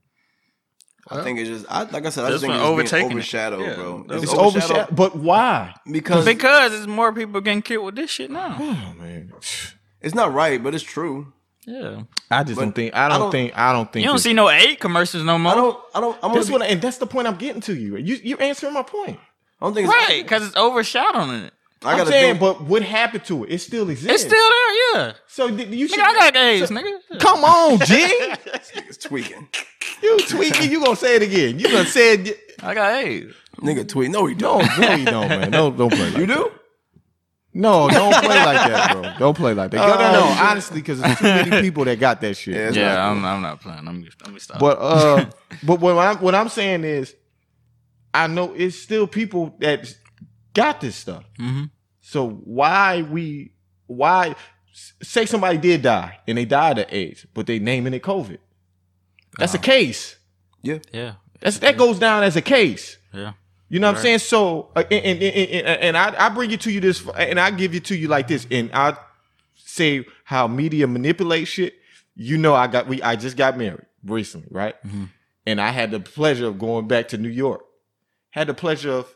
I think it's just I, like I said. I This just think one it's being overtaken it. overshadowed, Yeah, bro. that's It's overshadowed, but why? because Because there's more people getting killed with this shit now. Oh man, it's not right, but it's true. Yeah, I just don't think. I don't, I don't- think. I don't think. you don't this- see no aid commercials no more. I don't. I don't. I'm Oh, gonna That's be, what, and that's the point I'm getting to you. You you're answering my point. I don't think it's Right, because it's overshadowing it. I I am gotta saying, think, but what happened to it? It still It's exists. still there, yeah. So th- you should. Nigga, I got AIDS, nigga. Come on, G. it's tweaking. you tweaking. You gonna say it again? You gonna say it? ag- I got AIDS. Nigga, tweet. No, he No, don't. no, you don't, man. No, don't play. Like You that. do? No, don't play like that, bro. Don't play like that. No, no, no. Honestly, because there's too many people that got that shit. Oh, Yeah, it's Yeah, I'm, I'm not playing. I'm, I'm stop. But uh, but what I'm what I'm saying is, I know it's still people that got this stuff. Mhm. So why we why s- say somebody did die and they died of AIDS, but they naming it COVID? That's a case. Yeah, That's that goes down as a case. yeah. You know what I'm saying? So, uh, and and, and, and- and I, I bring it to you this, and I give it to you like this, and I say how media manipulates shit. You know, I got we, I just got married recently, right? And I had the pleasure of going back to New York. Had the pleasure of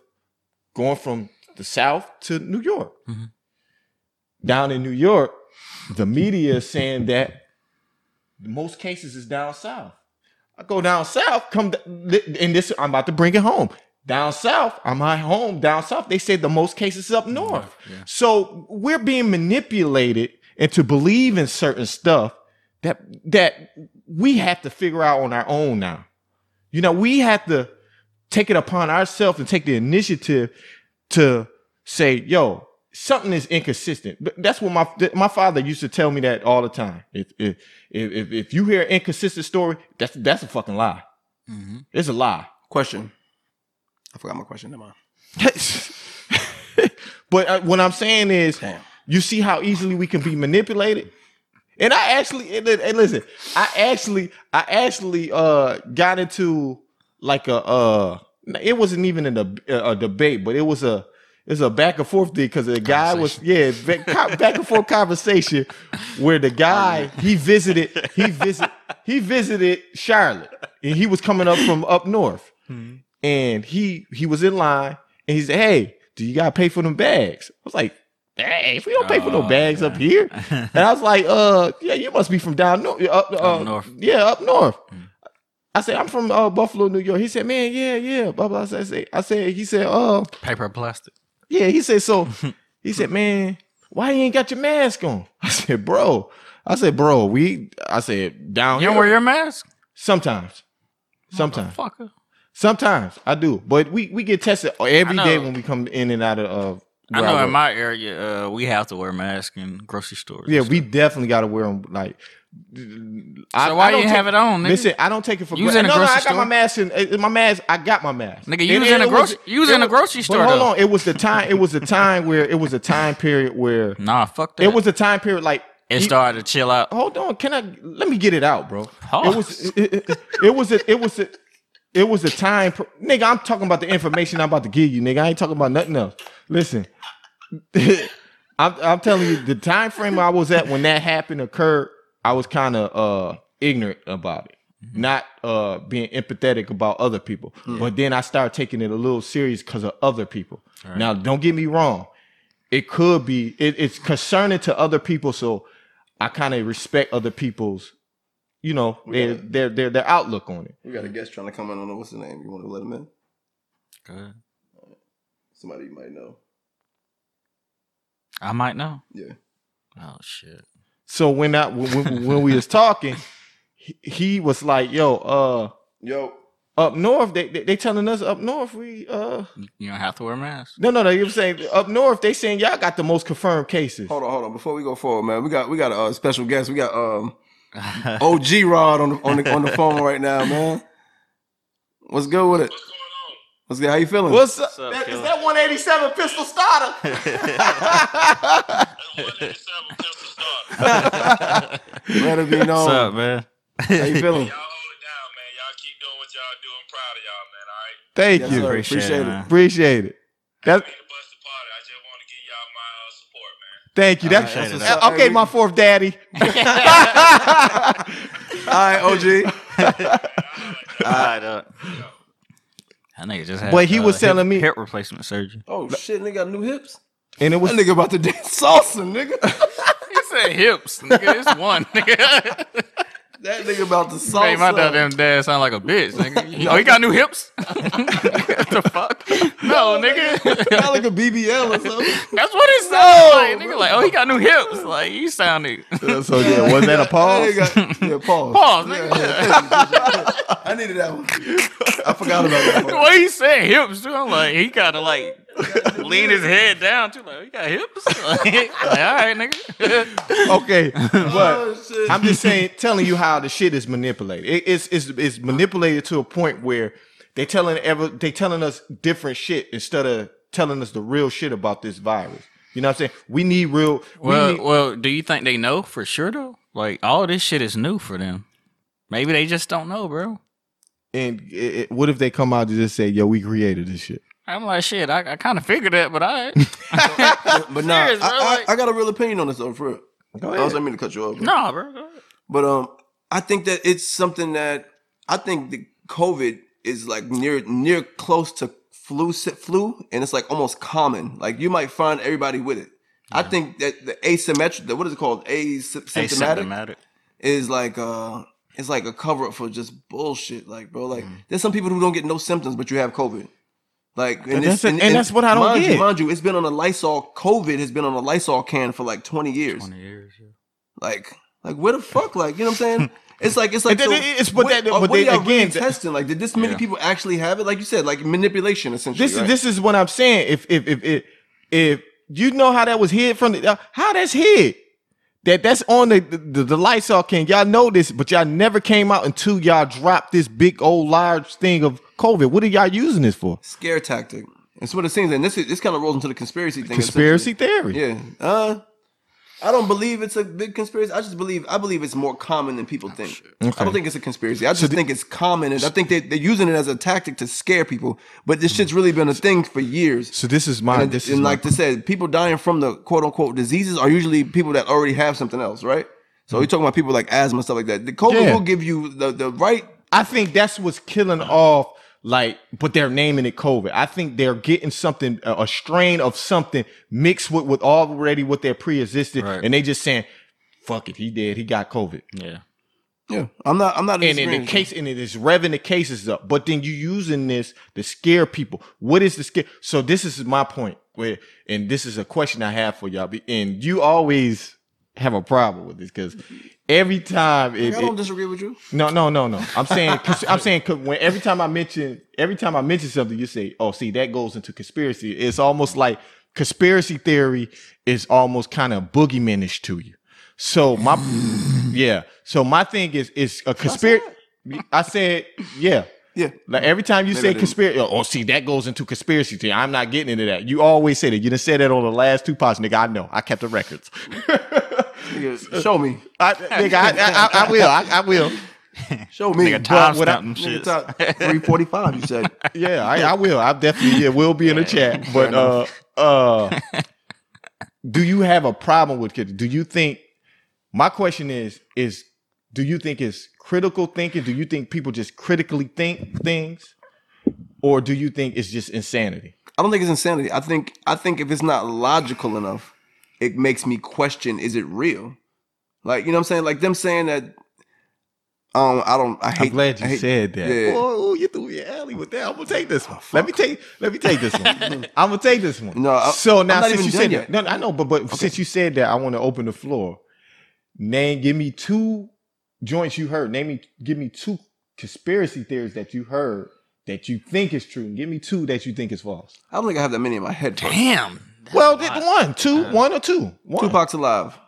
going from the South to New York. Down in New York, the media is saying that most cases is down south. I go down south, come th- and this I'm about to bring it home. Down south, I'm at home. Down south, they say the most cases is up north. So we're being manipulated into believing certain stuff that that we have to figure out on our own now. You know, we have to take it upon ourselves and take the initiative to say, yo, something is inconsistent. But That's what my th- my father used to tell me that all the time. If if if, if- if you hear an inconsistent story, that's that's a fucking lie. It's a lie. Question. I forgot my question. Never mind. but uh, what I'm saying is, Damn. you see how easily we can be manipulated. And I actually, and, and listen, I actually, I actually uh got into like a uh, it wasn't even in a, a debate, but it was a it was a back and forth thing because the guy was yeah back, co- back and forth conversation where the guy he visited he visit he visited Charlotte and he was coming up from up north and he he was in line and he said, "Hey, do you gotta pay for them bags?" I was like, "Bags? We don't pay for no Oh, bags up here." and I was like, "Uh, yeah, you must be from down north, up, uh, north. Mm. yeah, up north." I said, "I'm from uh, Buffalo, New York." He said, "Man, yeah, yeah." Blah blah. I said, I said, he said, "Uh, Paper plastic. yeah, he said so. He said, "Man, why you ain't got your mask on?" I said, "Bro, I said, bro, we." I said, "Down You don't here, wear your mask, sometimes, sometimes, fucker. sometimes I do, but we we get tested every I know. day when we come in and out of." Uh, I where know work. in my area, uh, we have to wear masks in grocery stores. Yeah, we definitely got to wear them. Like, I, So why I don't you have take- it on, nigga? Listen, I don't take it for You was granted. in a No, no, I grocery got my store? mask in uh, my mask. I got my mask. Nigga, you And- was and in a it was- gro- you was it in a was- grocery but store, Hold though. on, it was the time. It was the time where it was a time period where Nah, fuck that. it was a time period like It e- started to chill out. Hold on, can I let me get it out, bro? It Pause. was it, it- it was a, it was a, it was a time, per- nigga. I'm talking about the information I'm about to give you, nigga. I ain't talking about nothing else. Listen, I'm I'm telling you the time frame I was at when that happened occurred. I was kind of uh ignorant about it, not uh being empathetic about other people. But then I started taking it a little serious because of other people. Now, don't get me wrong. It could be it, it's concerning to other people, so I kind of respect other people's, you know, their, gotta- their their their outlook on it. We got a guest trying to come in on the- what's the name. You want to let him in? Good. Somebody you might know. I might know. Yeah. Oh shit. So when I when, when we was talking, he, he was like, "Yo, uh, Yo. Up north, they, they they telling us up north we uh You don't have to wear a mask. no no no you know what I'm saying up north they saying y'all got the most confirmed cases. Hold on, hold on. Before we go forward, man, we got we got a uh, special guest. We got um Oh, OG Rod on the, on the on the phone right now, man. What's good with it? What's good? How you feeling? What's up? What's up, That- is killer? that 187 pistol starter? Let it be known. What's up, man? How you feeling? Thank Yes, you. sir. Appreciate, it. Appreciate it. man. Appreciate it. That, thank you. That's, Appreciate it, that's- dog. okay. My fourth daddy. All right, OG. All right, uh, that nigga just had. But he was uh, telling hip- me- hip replacement surgery. Oh shit, nigga got new hips. and it was That nigga about to dance salsa, nigga. He said hips, nigga. It's one, nigga. that nigga about to salsa. Hey, my dad, damn dad sound like a bitch. Nigga. Oh, he got new hips. what the fuck? No, nigga. Sound like a BBL or something. That's what it sounds like. Nigga, like, oh, he got new hips. Like, you sounded. so yeah. Was that a pause? That nigga- yeah, pause. Pause, nigga. I needed that one. I forgot about that one. What he said, hips too. I'm like, he gotta like lean his head down too. Like, oh, he got hips. Like, all right, nigga. okay, but Oh, shit. I'm just saying, telling you how the shit is manipulated. It, it's it's it's manipulated to a point where they telling ever they telling us different shit instead of telling us the real shit about this virus. You know what I'm saying? We need real. We well, need, well, do you think they know for sure though? Like, all this shit is new for them. Maybe they just don't know, bro. and it, it- what if they come out and just say, "Yo, we created this shit." I'm like, shit, I, I kind of figured that, but I But nah, Serious, bro, I, I- like- I got a real opinion on this though, for real. Go I ahead. was I mean to cut you off. but- nah, bro. go ahead. But um, I think that it's something that I think the COVID is like near near close to flu si- flu, and it's like almost common. Like you might find everybody with it. I think that the asymmetric, the, what is it called, asymptomatic, Asymptomatic. is like uh, it's like a cover up for just bullshit. Like bro, Mm. like there's some people who don't get no symptoms, but you have COVID. Like And it's- that's it- and that's what I don't mind You, get. mind you, it's been on a Lysol. COVID has been on a Lysol can for like 20 years. Twenty years. yeah. Like, like where the fuck? Like, you know what I'm saying? It's like it's like And so, then it's- but what, that- uh, but what then are y'all really again, that- testing? Like, did this many people actually have it? Like you said, like manipulation essentially. This right? is this is what I'm saying. If if if if, if you know how that was hid from the uh, how that's hid. That that's on the the, the, Lysol can. Y'all know this, but y'all never came out until y'all dropped this big old large thing of COVID. What are y'all using this for? scare tactic. It's what it seems, and this is, this kind of rolls into the conspiracy thing. Conspiracy theory. essentially. Yeah. Uh, I don't believe it's a big conspiracy. I just believe I believe it's more common than people think. I Oh, Okay. don't think it's a conspiracy. I just think it's common, and I think they, they're using it as a tactic to scare people. But Hmm. this shit's really been a thing for years. So this is my And, this is and my- like I said, people dying from the quote unquote diseases are usually people that already have something else, right? So you're talking about people like asthma and stuff like that. The COVID Mm-hmm. Yeah. will give you the, the right. I think that's what's killing off. Like, but they're naming it COVID. I think they're getting something, a, a strain of something mixed with with already what they're pre-existing, Right. and they just saying, "Fuck it, he did, he got COVID." Yeah. Yeah, I'm not. I'm not. and in the experienced. case and it is revving the cases up but then you using this to scare people what is the scare so this is my point where and this is a question i have for y'all be- and you always have a problem with this because every time it, I don't it- disagree with you. no no no no i'm saying cons- i'm saying cause when every time i mention every time i mention something you say oh see that goes into conspiracy it's almost like conspiracy theory is almost kind of boogeymanish to you so my yeah so my thing is is a conspiracy I said, yeah. Yeah, Like every time you I say didn't. conspiracy, oh, see, that goes into conspiracy theory. I'm not getting into that. You always say that. You didn't say that on the last two pods, nigga. I know. I kept the records. Nigga, show me. I, nigga, I, I, I, I will. I, I will. Show me. Nigga, time what I- stamping shit. Three forty-five. You said. Yeah, I, I will. I definitely yeah, will be in the chat. But uh, uh, do you have a problem with it? Do you think? My question is: is do you think it's critical thinking? Do you think people just critically think things, or do you think it's just insanity? I don't think it's insanity. I think I think if it's not logical enough, it makes me question: Is it real? Like you know what I'm saying? Like them saying that. Um, I don't. I hate. I'm glad you I hate- said that. yeah. Oh, you threw me alley with that. I'm gonna take this one. let me take. Let me take this one. I'm gonna take this one. No, I- so now I'm not since even you done said yet. that, no, no, I know, but but since you said that, I want to open the floor. Name, give me two joints you heard. Name me, give me two conspiracy theories that you heard that you think is true, and give me two that you think is false. I don't think I have that many in my head. bro. Damn. well, did one, two, one or two, one. Tupac's alive.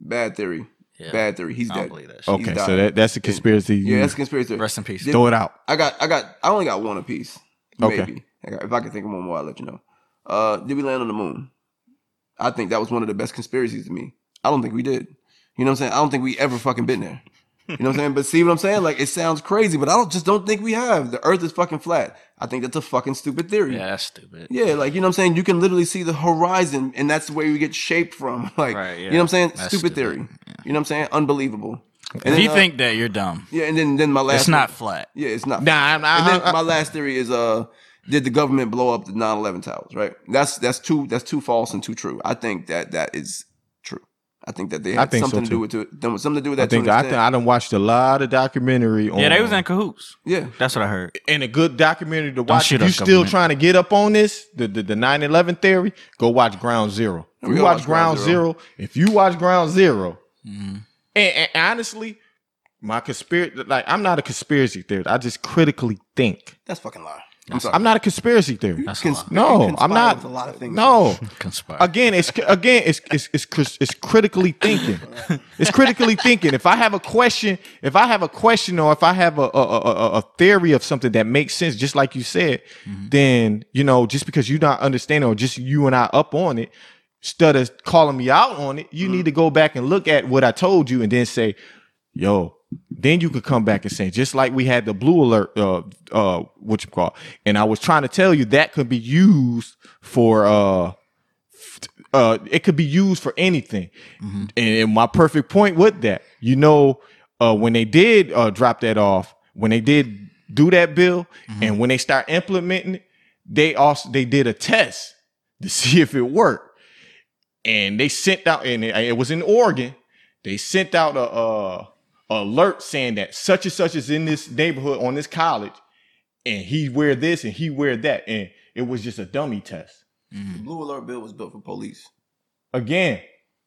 Bad theory. Yeah. Bad theory. He's I don't dead. believe that shit. Okay, He's so dying. that, that's a conspiracy. You Yeah, that's a conspiracy theory. Rest in peace. throw it out. I got, I got, I only got one apiece. Okay. Maybe. I got- if I can think of one more, I'll let you know. Uh, did we land on the moon? I think that was one of the best conspiracies to me. I don't think we did. You know what I'm saying? I don't think we ever fucking been there. You know what I'm saying? But see what I'm saying? Like it sounds crazy, but I don't just don't think we have. The Earth is fucking flat. I think that's a fucking stupid theory. Yeah, that's stupid. Yeah, like you know what I'm saying? You can literally see the horizon and that's where you get shaped from. Like Right, yeah. you know what I'm saying? That's Stupid, stupid. theory. You know what I'm saying? Unbelievable. And If then, you uh, think that, you're dumb. Yeah, and then then my last It's not flat. Yeah, it's not Nah, uh, I'm, and then I, I, my last theory is uh did the government blow up the 9-11 towers, right? That's that's too that's too false and too true. I think that that is true. I think that they I had think so, something to too. do with it. done with- Something to do with I that. think to an I think extent. I done watched a lot of documentary on Yeah, they was in cahoots. yeah. That's what I heard. and a good documentary to watch. shoot If you us, still government. trying to get up on this, the the, the 9-11 theory, go watch Ground Zero. If We you gotta watch Ground Zero. if you watch Ground 0 and, and honestly, my conspiracy like I'm not a conspiracy theorist. I just critically think. That's fucking lie. I'm sorry. I'm not a conspiracy theorist. That's Cons- a lie. you No, conspire I'm not. with A lot of things. No, Conspire. again, it's again, it's it's it's, cris- it's critically thinking. It's critically thinking. If I have a question, if I have a question, or if I have a a, a, a- a theory of something that makes sense, just like you said, then you know, just because you not understanding, or just you and I up on it, instead of calling me out on it, you need to go back and look at what I told you, and then say, yo. Then you could come back and say, just like we had the blue alert, uh, uh, what you call, and I was trying to tell you that could be used for uh, uh, it could be used for anything. And, and my perfect point with that, you know, uh, when they did uh, drop that off, when they did do that bill, and when they start implementing it, they also they did a test to see if it worked, and they sent out and it, it was in Oregon. They sent out a, uh alert saying that such and such is in this neighborhood on this college, and he wear this and he wear that, and it was just a dummy test The Blue Alert Bill was built for police. again,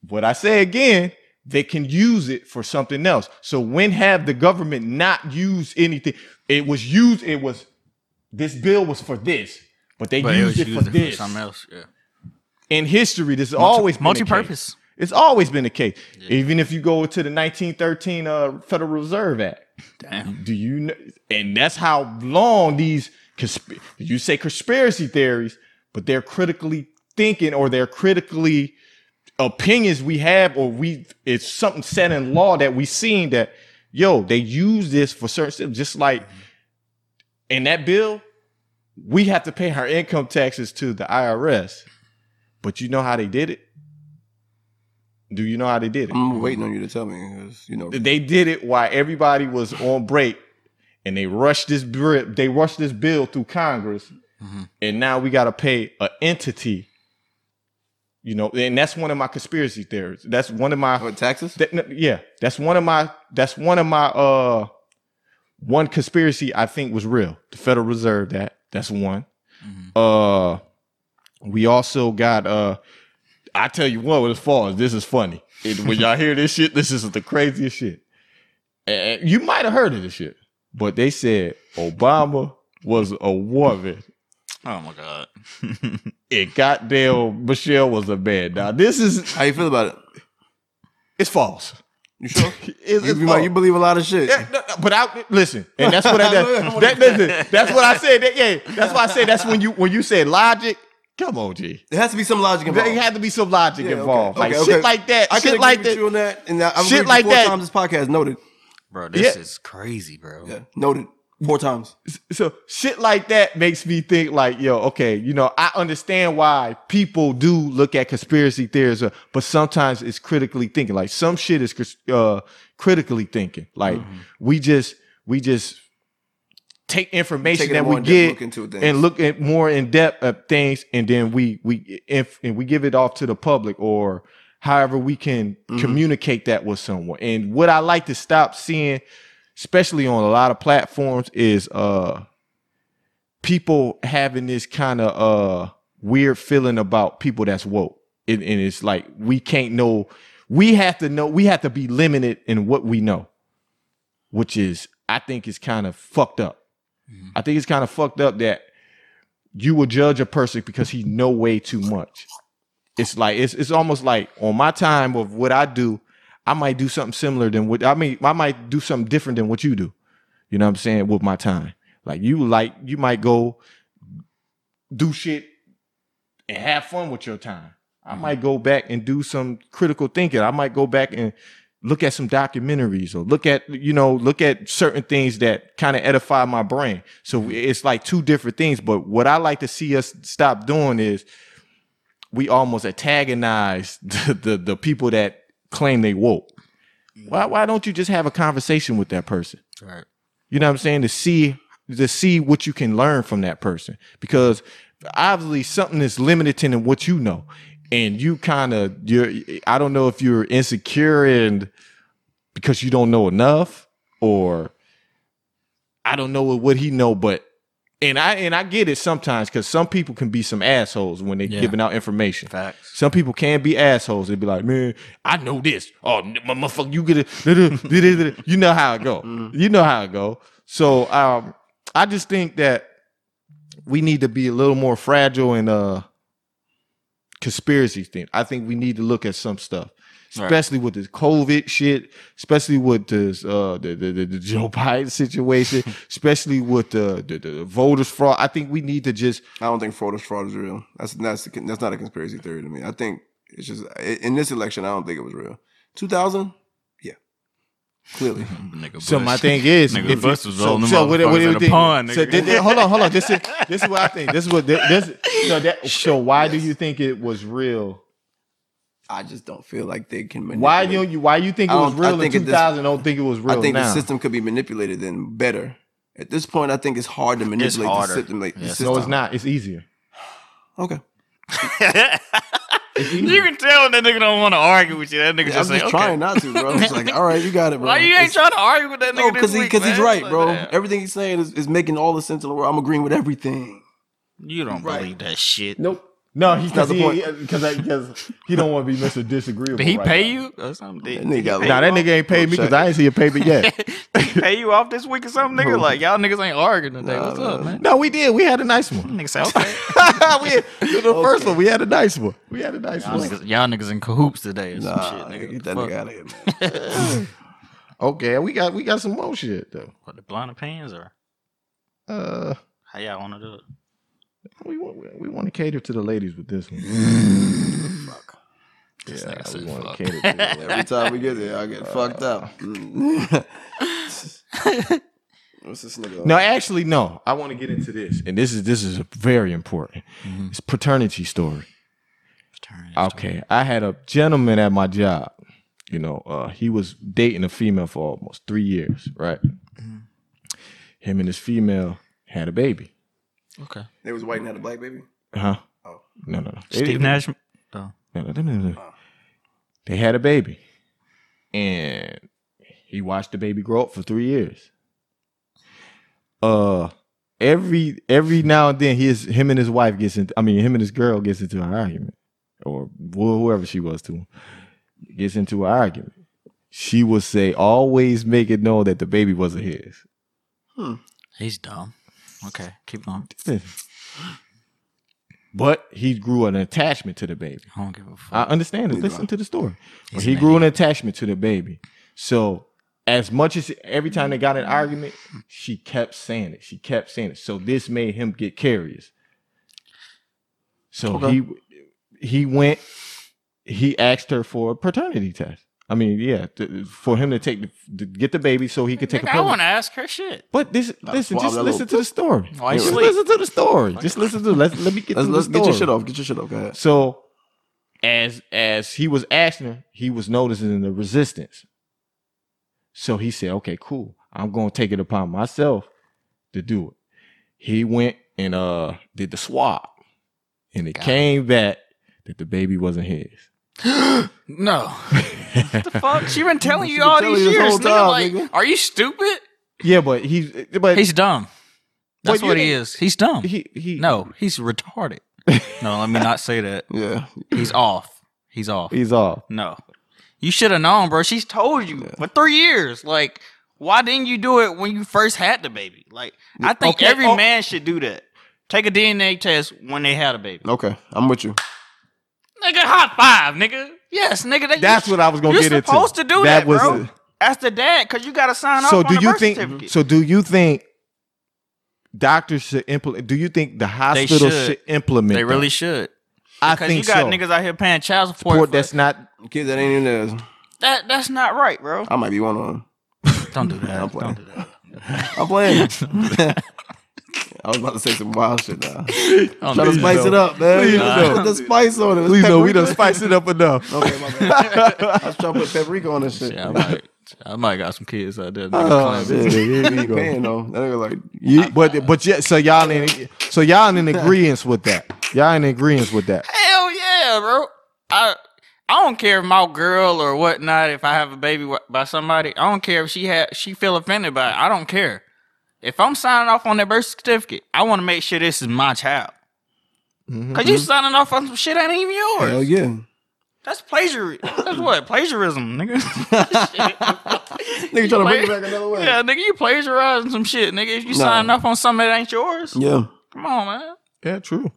what I say again, they can use it for something else. So when have the government not used anything? It was used, it was this bill was for this, but they But it was used it, used for it for this. something else. Yeah. In history, this has always been the case. multi-purpose. It's always been the case. Even if you go to the 1913 uh, Federal Reserve Act, Damn. do you know? And that's how long these consp- you say conspiracy theories, but they're critically thinking or they're critically opinions we have, or we it's something set in law that we seen that yo they use this for certain stuff. Just like in that bill, we have to pay our income taxes to the IRS, but you know how they did it. Do you know how they did it? I'm waiting on you to tell me because you know they did it while everybody was on break and they rushed this bill they rushed this bill through congress and now we got to pay an entity you know and that's one of my conspiracy theories that's one of my what taxes. that- no, yeah that's one of my that's one of my uh one conspiracy i think was real the federal reserve that that's one Mm-hmm. uh we also got uh i tell you what with as far as this is funny It- when y'all hear this shit this is the craziest shit and you might have heard of this shit but they said obama was a woman Oh my god. and goddamn michelle was a man now this is How you feel about it? it's false You sure? It's- you, it's you, false. might- you believe a lot of shit. Yeah, no, no, but I listen, and that's what I, that, that- listen, that's what I said. That, yeah, that's why I said that's when you when you said logic. Come on, G. There has to be some logic involved. There had to be some logic Yeah, okay, involved, like okay, shit okay. like that, I can shit agree like with that. you on that, and I- I'm Shit shit like like four that. Times this podcast noted, Bro, this Yeah. is crazy, bro. yeah, noted four times. So shit like that makes me think like, yo, okay, you know, I understand why people do look at conspiracy theories, uh, but sometimes it's critically thinking. Like some shit is cris- uh, critically thinking. Like Mm-hmm. we just we just take information Taking a that more we in-depth get look into things. and look at more in depth at things, and then we we if and we give it off to the public or however we can Mm-hmm. communicate that with someone. And what I like to stop seeing especially on a lot of platforms is uh people having this kind of uh weird feeling about people that's woke and, and it's like we can't know we have to know we have to be limited in what we know which is I think is kind of fucked up. I think it's kind of fucked up that you will judge a person because he know way too much. It's like it's it's almost like on my time of what I do, I might do something similar than what I mean. I might do something different than what you do. You know what I'm saying? With my time, like you like you might go do shit and have fun with your time. I might go back and do some critical thinking. I might go back and look at some documentaries or look at you know look at certain things that kind of edify my brain so it's like two different things but what i like to see us stop doing is we almost antagonize the the, the people that claim they woke why why don't you just have a conversation with that person Right. you know what i'm saying to see to see what you can learn from that person because obviously something is limited to what you know and you kind of you're i don't know if you're insecure and because you don't know enough or i don't know what he know but and i and i get it sometimes because some people can be some assholes when they're Yeah. giving out information Facts. some people can be assholes. They'd be like, man, I know this. Oh, n- my motherfucker, you get it. You know how it go. You know how it go. So um, I just think that we need to be a little more fragile and uh, conspiracy thing. I think we need to look at some stuff, especially with this COVID shit, especially with this uh, the, the, the, the Joe Biden situation, especially with the, the, the voters fraud. I think we need to just I don't think fraud is fraud is real. That's that's that's not a conspiracy theory to me. I think it's just in this election. I don't think it was real. Two thousand, yeah, clearly. Nigga So my Bush. thing is, Nigga, Buster was rolling them motherfuckers do you in the think- pond, so nigga. thi- thi- hold on, hold on. This is this is what I think. This is what thi- this. So that so why do you think it was real? I just don't feel like they can. Manipulate. Why you you why you think it I was don't- I real in think it two just- thousand? Don't think it was real I think now. the system could be manipulated then better. At this point, I think it's hard to manipulate the harder. system. Like, the Yes. no, system. it's not. It's easier. Okay, It's you easier. can tell when that nigga don't want to argue with you. That nigga I'm just just say, okay. trying not to, bro. It's like, all right, you got it, bro. Why you ain't It's- trying to argue with that nigga? No, because he, week, cause he's man? right, Like, bro. damn. Everything he's saying is, is making all the sense in the world. I'm agreeing with everything. You don't Right. believe that shit. Nope. No, he's That's because the he point. because because he don't want to be Mister Disagreeable. Did he right pay now. you or something? Did- That nigga got Nah, that nigga ain't paid me because I ain't see a payment yet. Did he pay you off this week or something, nigga? Like y'all niggas ain't arguing today. Nah, What's nah. up, man? no, we did. We had a nice one. Nigga say, okay. we had, the first one. We had a nice one. We had a nice y'all, one. niggas, y'all niggas in cahoots today or some Nah, shit, nigga. get What that the nigga fuck? out of here, man. Okay, we got we got some more shit though. What the blonde pants or Uh. how y'all want to do it? We want, we want to cater to the ladies with this one. Yeah, we want to cater to the ladies. Every time we get there, I get fucked up. Mm. What's this nigga? No, actually, no. I want to get into this, and this is this is very important. It's paternity story. Okay, I had a gentleman at my job. You know, uh, he was dating a female for almost three years, right? Him and his female had a baby. Okay. They was white and had a black baby. Huh? Oh. No, no, no. They- Steve Nash. Oh. No, no, no, no, no. They had a baby, and he watched the baby grow up for three years. Uh, every every now and then, his him and his wife gets into. I mean, him and his girl gets into an argument, or wh- whoever she was to him gets into an argument. She would say, "Always make it known that the baby wasn't his." He's dumb. Okay, keep going. But he grew an attachment to the baby. I don't give a fuck. I understand it. Neither Listen I. to the story. He's he an grew an attachment to the baby. So as much as every time they got in an argument, she kept saying it. She kept saying it. So this made him get curious. So he he went. He asked her for a paternity test. I mean, yeah, th- for him to take the, to get the baby so he could take a Nigga, I pill. want to ask her shit. But this, listen, swallow just that listen little- Oh, to the story. Why you just sleep? listen to the story. Just listen to. Let let me get Let's, through let's the get story. your shit off. Get your shit off. Go ahead. So as as he was asking her, he was noticing the resistance. So he said, "Okay, cool. I'm going to take it upon myself to do it." He went and uh did the swab, and it came back that the baby wasn't his. No. the fuck? She been telling you been all telling these you this years. whole nigga. time, like, nigga. are you stupid? Yeah, but he but He's dumb. But That's you what he didn't- is. He's dumb. he he no, he's retarded. no, let me not say that. Yeah. He's off. He's off. he's off. No. You should have known, bro. She's told you for three years. Like, Why didn't you do it when you first had the baby? Like, I think Okay, every oh. man should do that. Take a DNA test when they had a baby. Okay, I'm with you. Nigga, hot five, nigga. Yes, nigga. That, That's what I was gonna you're get into. supposed to do That that, was bro. it. As the dad, because you got to sign off so on do the you birth think certificate. so do you think doctors should implement do you think the hospital should. should. implement they really that? should. i Because think you got so niggas out here paying child support. Support for- that's not Kids that ain't in there, that, that's not right, bro. I might be one of them. Don't do that. I'm playing. Don't do that. I'm playing. I was about to say some wild shit now. Don't Try do to that. spice it up, man. Please Nah. don't. Put the spice on it. please no we Paprika. don't spice it up enough Okay, my bad. I was trying to put paprika on this shit. Yeah, I might, I might got some kids out there. Oh, shit, here you Ain't go. paying though. That nigga like You- but but yeah, so y'all in so y'all in agreement with that. Y'all in agreement with that. Hell yeah, bro. I I don't care if my girl or whatnot. If I have a baby wi- by somebody, I don't care if she had she feel offended by it. I don't care. If I'm signing off on that birth certificate, I want to make sure this is my child. Mm-hmm. because you signing off on some shit that ain't even yours. Mm-hmm. hell yeah. That's plagiarism. That's what plagiarism, nigga. Nigga trying to bring it back another way. yeah, nigga, you plagiarizing some shit, nigga. If you No. signing off on something that ain't yours, Yeah. come on, man. Yeah, true.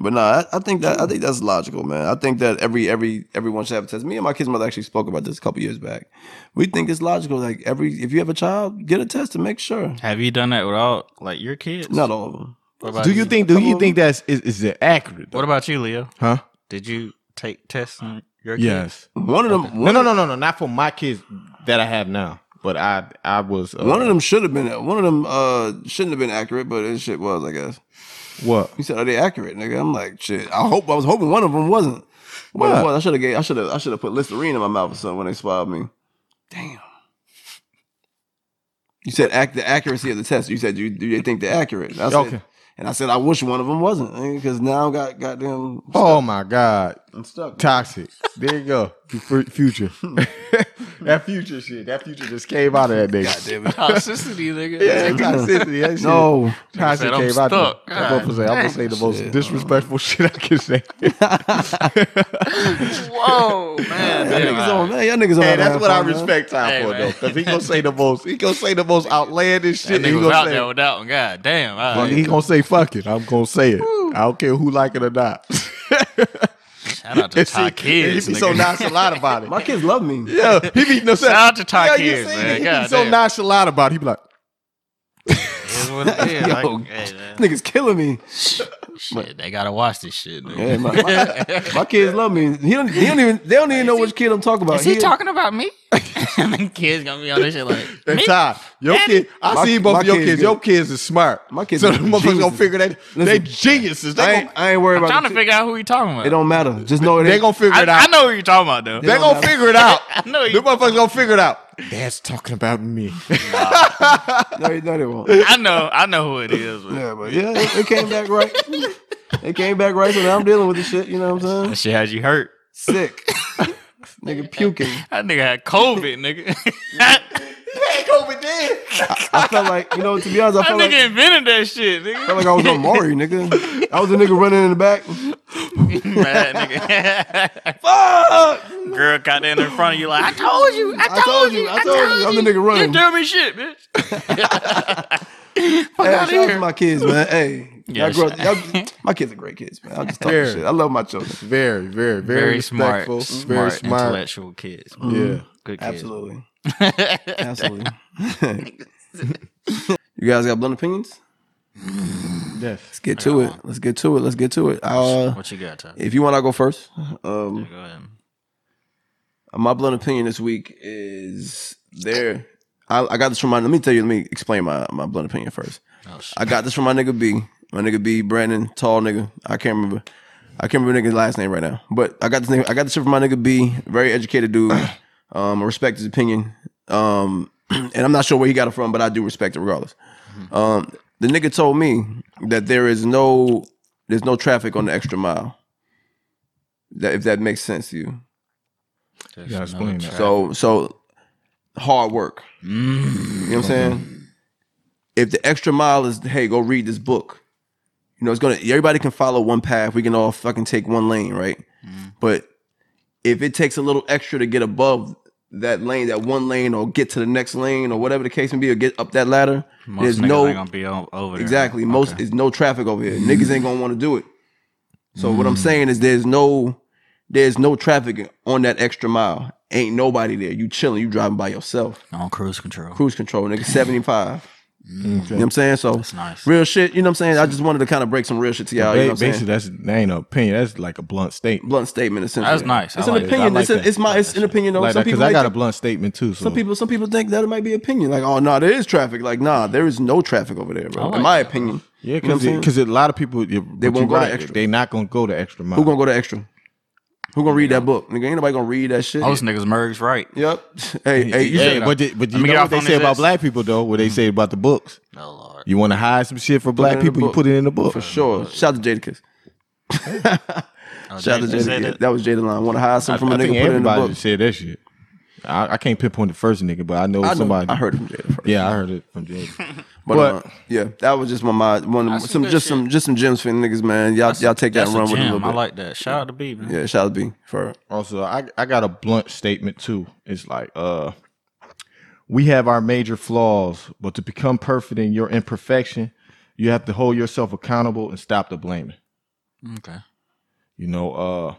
But nah, I, I think that I think that's logical, man. I think that every every everyone should have a test. Me and my kids' mother actually spoke about this a couple years back. We think it's logical. Like every if you have a child, get a test to make sure. Have you done that with all like your kids? Not all of them. What about Do you think do you think that's is, is it accurate? What Though? about you, Leo? Huh? Did you take tests on your kids? Yes. One of them. One, No, no, no, no, no. Not for my kids that I have now. But I I was uh, One of them should have been. One of them uh shouldn't have been accurate, but it shit was, I guess. what? He said, "Are they accurate, nigga?" I'm like, "Shit." I hope I was hoping one of them wasn't. But it What? was. I should have gave. I should have. I should have put Listerine in my mouth or something when they swallowed me. Damn. You said act the accuracy of the test. You said you do you think they're accurate? And I said, Okay. And I said I wish one of them wasn't because now I got goddamn. Oh my God. I'm stuck. Toxic. There you go. Fu- Future. that future shit. That future just came out of that nigga. Damn it. Toxicity, nigga. Yeah, toxicity. That shit. No. Toxic said, "I'm came out. of- stuck." I'm gonna say, I'm gonna say the most disrespectful shit I can say. Oh, Whoa, man. Y'all niggas on man. Y'all niggas on. Hey, that that's what I phone, man. respect Ty Hey, for man. though, because he gonna say the most, he gonna say the most outlandish That shit. and nigga He was out there gonna, with that one. God damn. all say, right. he gonna say, "Fuck it," I'm gonna say it. I don't care who like it or not. Shout out to And Ty see, Kids. he be nigga. so nonchalant about My it. kids love me. Yeah, he be no Shout out to Ty yeah, you Kids, seen man. it. He be God so damn. nonchalant about it. He be like, It's what it is. Yo. Like, hey, man. Niggas killing me. Shit, they gotta watch this shit. Nigga. Yeah, my, my, my kids love me. He don't, he don't even. They don't even know which kid I'm talking about. Is he He- talking about me? and the kids gonna be on this shit like "Hey me? Ty, your kid, I My- see both my of your kids kids. good. Your kids is smart. My kids so are the motherfuckers gonna geniuses. figure that they geniuses. They I gonna, ain't, I ain't worried I'm about trying the to shit. figure out who you talking about. It don't matter. Just know it. they ain't- gonna figure I, it out. I know who you're talking about though. They gonna figure it out. I know The you. motherfuckers gonna figure it out. Dad's talking about me. No, no, they won't. I know. I know who it is. But Yeah, but yeah, it, it came back right. It came back right. So now I'm dealing with the shit. You know what I'm saying? that shit had you hurt. Sick. Nigga puking. That nigga had COVID, nigga. that I felt like you know. To be honest, I nigga felt like, I invented that shit, nigga. felt like I was on Maury, nigga. I was a nigga running in the back. Mad nigga. Girl got in in front of you like, I told you. I I told you. I told you. I'm the nigga you running. doing me shit, bitch. Fuck Hey, out of shout out to here. my kids, man. Hey, Yeah, y'all grow, sh- y'all, my kids are great kids, man. I'm just talking Fair. shit. I love my children. Very, very, very, Very smart, respectful. smart, very smart. intellectual kids. Yeah. Good kids. Absolutely. Absolutely. you guys got blunt opinions? Yes. Let's get to it. Let's get to it. Let's get to it. Uh, What you got, Ty? if you want, I'll go first. Um, Go ahead. my blunt opinion this week is there. I, I got this from my. Let me tell you. Let me explain my my blunt opinion first. Oh, shit. I got this from my nigga B. My nigga B, Brandon, tall nigga. I can't remember. I can't remember nigga's last name right now. But I got this nigga, I got this shit from my nigga B. Very educated dude. Um, I respect his opinion. Um, and I'm not sure where he got it from, but I do respect it regardless. Um, the nigga told me that there is no there's no traffic on the extra mile. That if that makes sense to you. There's gotta no explain that. tra- So so hard work. Mm. You know what I'm saying? If the extra mile is hey, go read this book. You know, it's gonna everybody can follow one path. We can all fucking take one lane, right? But if it takes a little extra to get above that lane, that one lane, or get to the next lane, or whatever the case may be, or get up that ladder. Most there's niggas no ain't gonna be o- over there. Exactly. Most Okay. is no traffic over here. Niggas ain't gonna want to do it. So what I'm saying is there's no there's no traffic on that extra mile. Ain't nobody there. You chilling. You driving by yourself. on cruise control. Cruise control, nigga. 75. Mm. You know what I'm saying? So That's nice. real shit. You know what I'm saying? I just wanted to kind of break some real shit to y'all. You know Ba- what I'm basically, saying? that's that ain't an opinion. That's like a blunt statement. Blunt statement essentially. That's nice. I It's an like that. I opinion. like it's, a, that. it's my it's an opinion though. Like some that, because people I like got a that. blunt statement too. So Some people, some people think that it might be opinion. Like, oh no, there is traffic. Like, nah, there is no traffic over there, bro. I In like my that. opinion, yeah, You know what I'm because saying? because a lot of people they won't go the extra. They're not gonna go the extra mile. who gonna go to extra? Who gonna read that book? Nigga, ain't nobody gonna read that shit. Most niggas merg's right. Yep. Hey, hey, you Mm-hmm. yeah, should- but, the- but Let you me get know what off they on say this about ass. black people though. What they say about the books. Oh lord. You want to hide some shit for black it in the people, you book. put it in the book. for sure. Shout out to Jadakiss. Oh, Shout out Jada to just said Jadakiss. that. That was Jada line. Want to hire some from a I think nigga? Put it in the everybody book. said that shit. I, I can't pinpoint the first nigga, but I know I, know, somebody. I heard it from Jada first. Yeah, I heard it from Jay. But, But- uh, yeah, that was just my mind. One of, some some good just some just some gems for the niggas, man. Y'all y'all take that That's and run a with it a gem. little bit. I like that. Shout out to B, man. yeah, shout out to B for also, I I got a blunt statement too. It's like uh we have our major flaws, but to become perfect in your imperfection, you have to hold yourself accountable and stop the blaming. Okay. You know, uh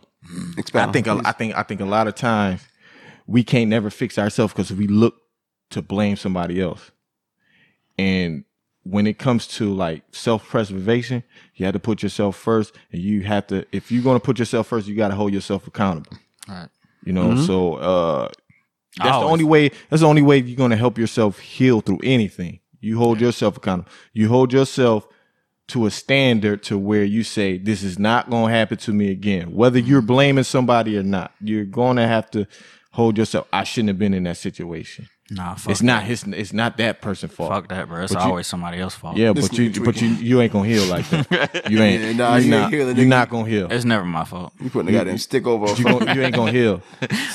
expound. I think a, I think I think a lot of times we can't never fix ourselves because we look to blame somebody else. And when it comes to like self preservation, you have to put yourself first, and you have to if you're gonna put yourself first, you got to hold yourself accountable. Right. You know, Mm-hmm. so uh, I that's the always- only way. That's the only way you're gonna help yourself heal through anything. You hold yourself accountable. You hold yourself to a standard to where you say this is not going to happen to me again whether you're Mm-hmm. blaming somebody or not you're going to have to hold yourself i shouldn't have been in that situation Nah, fuck. it's not his it's not that person's fault Fuck that, bro. It's you- always somebody else's fault. yeah but you nigga but you you ain't going to heal like that you ain't Yeah, nah, you're, you ain't not, healing, you're nigga. not going to heal It's never my fault. you putting the goddamn stick over. you, gon- you ain't going to heal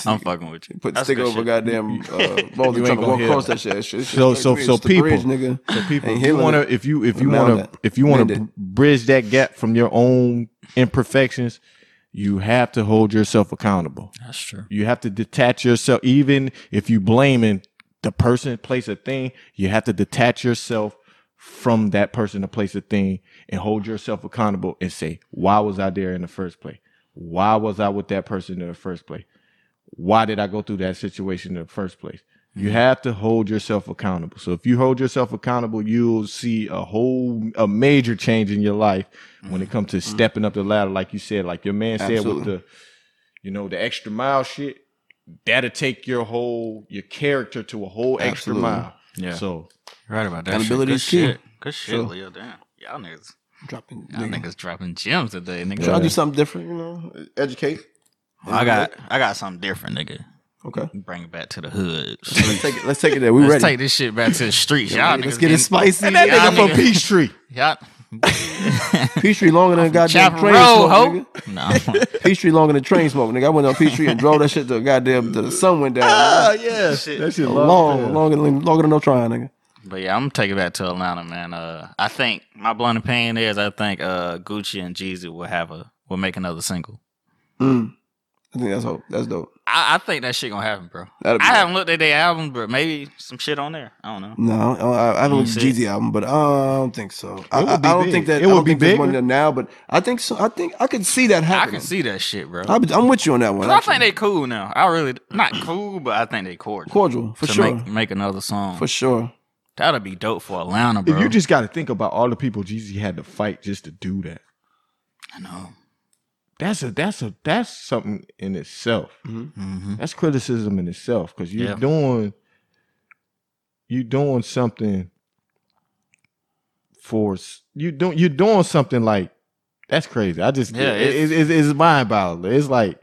I'm fucking with you. Put the That's stick good over shit. goddamn uh, boulder ain't trying to gonna walk heal. across that shit. That shit- so shit- so it's so the bridge, people nigga. so people Ain't if you healing want it. to if you if you Now want that- to if you want mend to it. bridge that gap from your own imperfections you have to hold yourself accountable That's true. you have to detach yourself even if you blaming the person place a thing you have to detach yourself from that person to place a thing and hold yourself accountable and say why was i there in the first place why was i with that person in the first place why did i go through that situation in the first place you have to hold yourself accountable so if you hold yourself accountable you'll see a whole a major change in your life when it comes to stepping up the ladder like you said like your man said with Absolutely. the you know the extra mile shit that'll take your whole your character to a whole extra Absolutely. mile Yeah. so Right about that. Accountability is shit. Good key. shit. Good shit, Sure. Leo. Damn. Y'all niggas. Dropping. Y'all nigga. niggas dropping gems today, nigga. Try to do something different, you know. Educate. Well, I got I got something different, nigga. Okay. Bring it back to the hood. Let's take it. Let's take it there. We Let's ready. take this shit back to the streets. Y'all Let's niggas get it getting- spicy. And that nigga nigga from from Peachtree Y'all Peachtree longer than goddamn Chopper train Road, smoke, ho. nigga. No. Peachtree longer than train smoke, nigga. I went on Peachtree and drove that shit to goddamn to the sun went down. oh yeah that shit long, long, longer than longer than no trying, nigga. But yeah, I'm gonna take it back to Atlanta, man. Uh, I think my blunt opinion is I think uh, Gucci and Jeezy will have a will make another single. Mm. I think that's hope. That's dope. I, I think that shit gonna happen, bro. I That'd be haven't looked at their album, but maybe some shit on there. I don't know. No, I, don't- I I haven't looked at You see Jeezy album, but uh, I don't think so. I, would I- I be don't big. think that It I would don't be think there's big. money there now, but I think so. I think I could see that I happening. can see that shit, bro. I, am with you on that one. 'Cause I actually. think they cool now. I really not cool, but I think they cordial. cordial for to sure, make, make another song. for sure. That'll be dope for Atlanta, bro. If you just got to think about all the people Jeezy had to fight just to do that I know. that's a that's a that's something in itself hmm that's criticism in itself because you're Yeah. doing you're doing something for s- you don't you're doing something like that's crazy i just Yeah, yeah it, it's- it, it's- it's mind-boggling it's like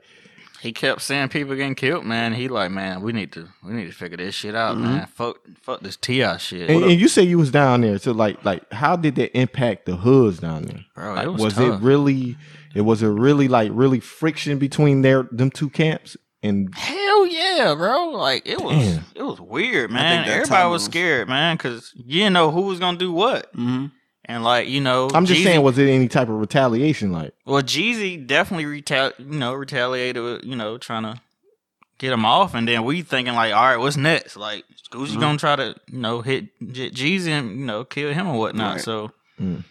He kept seeing people getting killed, man. He like, man, we need to we need to figure this shit out, man. Fuck fuck this Ti shit, Mm-hmm. and, and you say you was down there so like like how did that impact the hoods down there bro. Like, Oh, it was, was tough. it really it was a really like really friction between their them two camps and Hell yeah, bro! Like it was, Damn. it was weird, think man. that Everybody time was was- scared, man, because you didn't know who was gonna do what, Mm-hmm. and like you know, i'm just Jeezy- saying was it any type of retaliation like Well, Jeezy definitely retali- you know, retaliated, with, you know, trying to get him off, and then we thinking like, all right, what's next? Like Gucci Mm-hmm. gonna try to you know hit J- Jeezy and you know kill him or whatnot. Right. So Mm.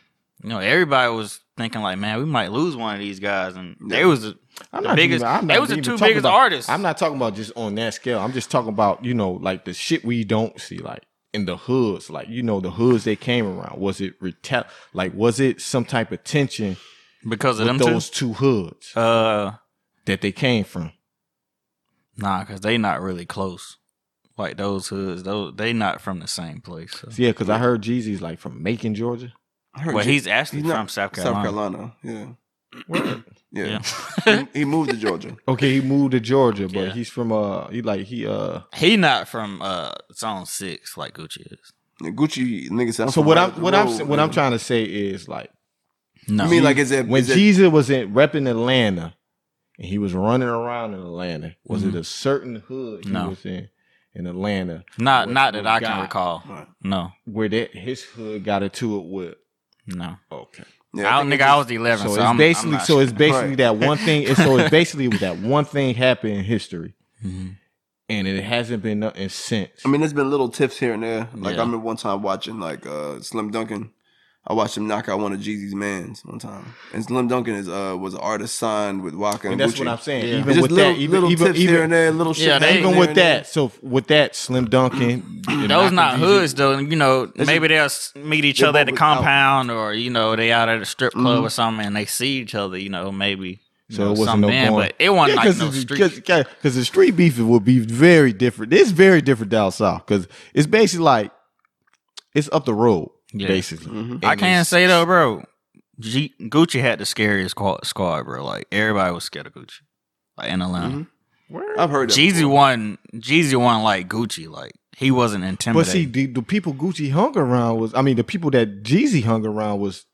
you know everybody was thinking like, man, we might lose one of these guys, and they was a, I'm the not biggest. even- I'm they not was the even two talking biggest about- artists. I'm not talking about just on that scale. I'm just talking about you know like the shit we don't see like in the hoods, like you know the hoods they came around. Was it retel? Like was it some type of tension because of with them those two hoods two. Uh, that they came from? nah, because they not really close. Like those hoods, those they not from the same place. So. Yeah, because I heard Jeezy's like from Macon, Georgia. I heard Well, Jay- he's actually he's not- from South South Carolina. Carolina. Yeah. Yeah. Yeah. he, he moved to Georgia. Okay, he moved to Georgia, but Yeah. he's from uh he like he uh he not from uh Zone Six like Gucci is. Yeah, Gucci niggas. so what I'm what I'm saying what I'm trying to say is like No, I mean, like, is it when is it- Jesus was in repping Atlanta and he was running around in Atlanta, was it a certain hood he Mm-hmm. No. was in in Atlanta not what not that we I got. can recall. Right. No, where that his hood got into it with? no. Okay, Yeah, I I, don't think think it's I just- was so eleven. So, it's I'm- I'm basically not so sure. it's basically Right. that one thing. It's, so it's basically that one thing happened in history, Mhm. and it hasn't been nothing since. I mean, there's been little tips here and there. Like Yeah. I remember one time watching like uh Slim Duncan. I watched him knock out one of Jeezy's mans one time. And Slim Duncan is uh was an artist signed with Waka and, and that's Gucci. what I'm saying. Yeah. Even Just with little, that, even little even, tips even here and there, little shit. Yeah, they- happening even here with and there. that, so with that Slim Duncan, and Mm-hmm. Those Michael not Jeezy- hoods though. You know, is- maybe they'll s- meet each other at the both out. compound, or you know, they out at a strip club or something, and they see each other. You know, maybe. you So know, it wasn't no something then, going. but it wasn't like no street. Because the street beef would be very different. It's very different down south because it's basically like it's up the road, Yeah. basically. Mm-hmm. And I can't it's- say though, bro. G- Gucci had the scariest squad, squad, bro. Like everybody was scared of Gucci, like in Atlanta. I've heard that. Jeezy won. Jeezy won like Gucci. Like he wasn't But intimidated. see, the, the people Gucci hung around was, I mean, the people that Jeezy hung around was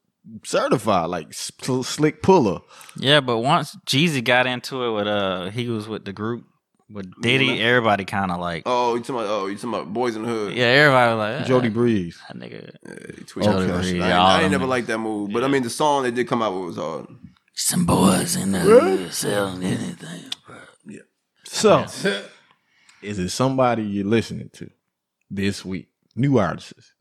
certified, like S- Sl- Slick Puller. yeah, but once Jeezy got into it with uh, he was with the group with Diddy. Everybody kind of like Oh, you talking about? Oh, you talking about Boys in the Hood? yeah. Everybody was like Jody Jody. Breeze. That nigga. Yeah, he tweeted Okay. that shit. I, ain't- Yeah, all I ain't them never niggas. liked that move, but I mean the song they did come out with was hard. Some boys in the hood selling anything. So, is it somebody you're listening to this week? New artists.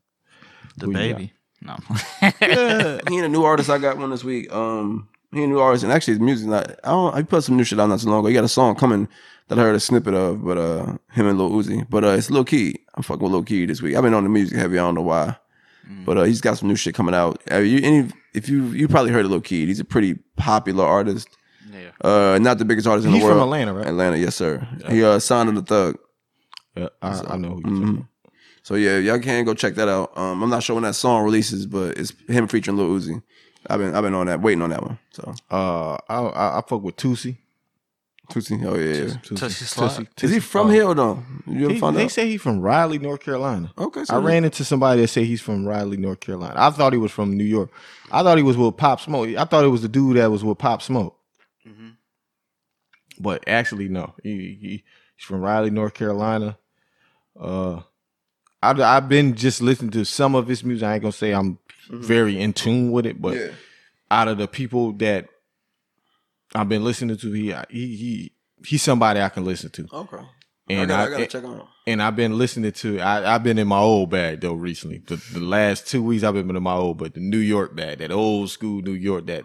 The Who you baby. No. He ain't a new artist. I got one this week. Um, he ain't a new artist, and actually his music not. I don't. I put some new shit out not so long ago. He got a song coming that I heard a snippet of, but uh, him and Lil Uzi. But uh, it's Lil Key. I'm fucking with Lil Key this week. I've been on the music heavy. I don't know why, Mm, but uh, he's got some new shit coming out. Uh, you any? If you you probably heard of Lil Key. He's a pretty popular artist. yeah. Uh, not the biggest artist in He's the world. from Atlanta, right? Atlanta, yes sir. He uh, signed to the Thug. Yeah, I, I know who you're talking Mhm. So yeah, y'all can go check that out. Um, I'm not sure when that song releases, but it's him featuring Lil Uzi. I've been I've been on that, waiting on that one. So Uh, I, I, I fuck with Tusi. Tootsie, oh yeah, yeah. Tootsie, Tootsie Slide. is he from here or no? You ever He- found they out? say he's from Raleigh, North Carolina. Okay, I so ran into somebody that said he's from Raleigh, North Carolina. I thought he was from New York. I thought he was with Pop Smoke. I thought it was the dude that was with Pop Smoke. Mm-hmm. But actually, no. He, he- he's from Raleigh, North Carolina. Uh, I, I've been just listening to some of his music. I ain't gonna say I'm very in tune with it, but Mm-hmm. yeah, out of the people that I've been listening to, he he he he's somebody I can listen to. okay. I And gotta, I, I gotta check him out. and I've been listening to I, I've been in my old bag though recently. The, the last two weeks I've been in my old, but the New York bag, that old school New York, that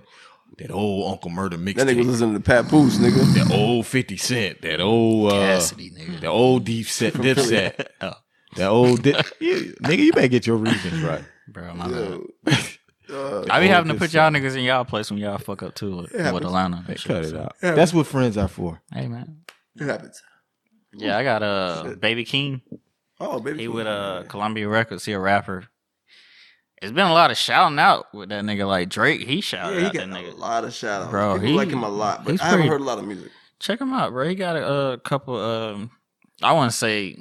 that old Uncle Murder That nigga was mixtape, listening to Papoose, nigga. that old Fifty Cent, that old uh, Cassidy, nigga. the old Deep Set, Dipset, Oh, that old dip, you, nigga. You better get your reasons right. bro, my bad. Yo, uh, I be Oh, having to this put y'all niggas in y'all place when y'all fuck up too with, with Atlanta. and Hey, shit, cut it so. out. That's what friends are for. Hey man. it happens. Yeah, I got uh Baby King. Oh baby, He with uh Columbia Records. He a rapper. It's been a lot of shouting out with that nigga. Like Drake, he yeah, shouted he out got that a nigga. lot of shout outs. Bro, People he- like him a lot, but he's I haven't pretty- heard a lot of music. Check him out, bro. He got a uh, couple. Um, I want to say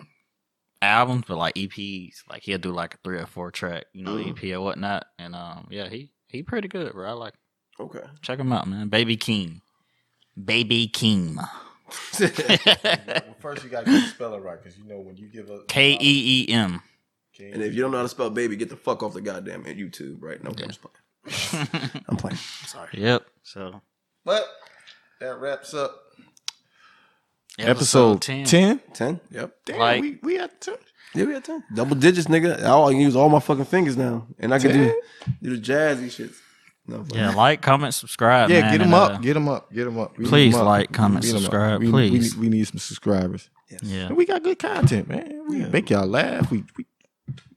albums, but like EPs. Like he'll do like a three or four track, you know, Mhm. EP or whatnot. And um, yeah, he he pretty good, bro. I like. him. Okay. Check him out, man. Baby King. Baby King. First, you gotta get the spelling right because you know when you give up K E E M. And if you don't know how to spell baby, get the fuck off the goddamn YouTube, right? No, I'm just playing. I'm playing. Sorry. Yep. So But that wraps up Episode, 10. 10? Ten. Yep. Damn, Like- we, we at 10. Yeah, we had ten. Double digits, nigga. I can use all my fucking fingers now, and I can do do the jazzy shits. No, fuck. Yeah, like, comment, subscribe. Yeah, man, get 'em get them and, uh, up. Get them up. Get them up. We need please 'em up. like, comment, We need 'em up. subscribe, We- we please. need- We need some subscribers. yeah. And we got good content, man. We make y'all laugh. We, we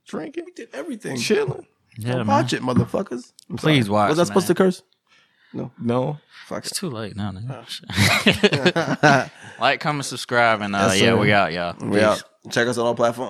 drinking, We did everything. chilling. Yeah, man. watch it, motherfuckers. I'm Please sorry. watch, Was I supposed man. to curse? No, Fuck It's it. too late now, nigga. we like, comment, subscribe, and uh, Yes, yeah, sir. we out, y'all. Peace. out. Check us on all platforms.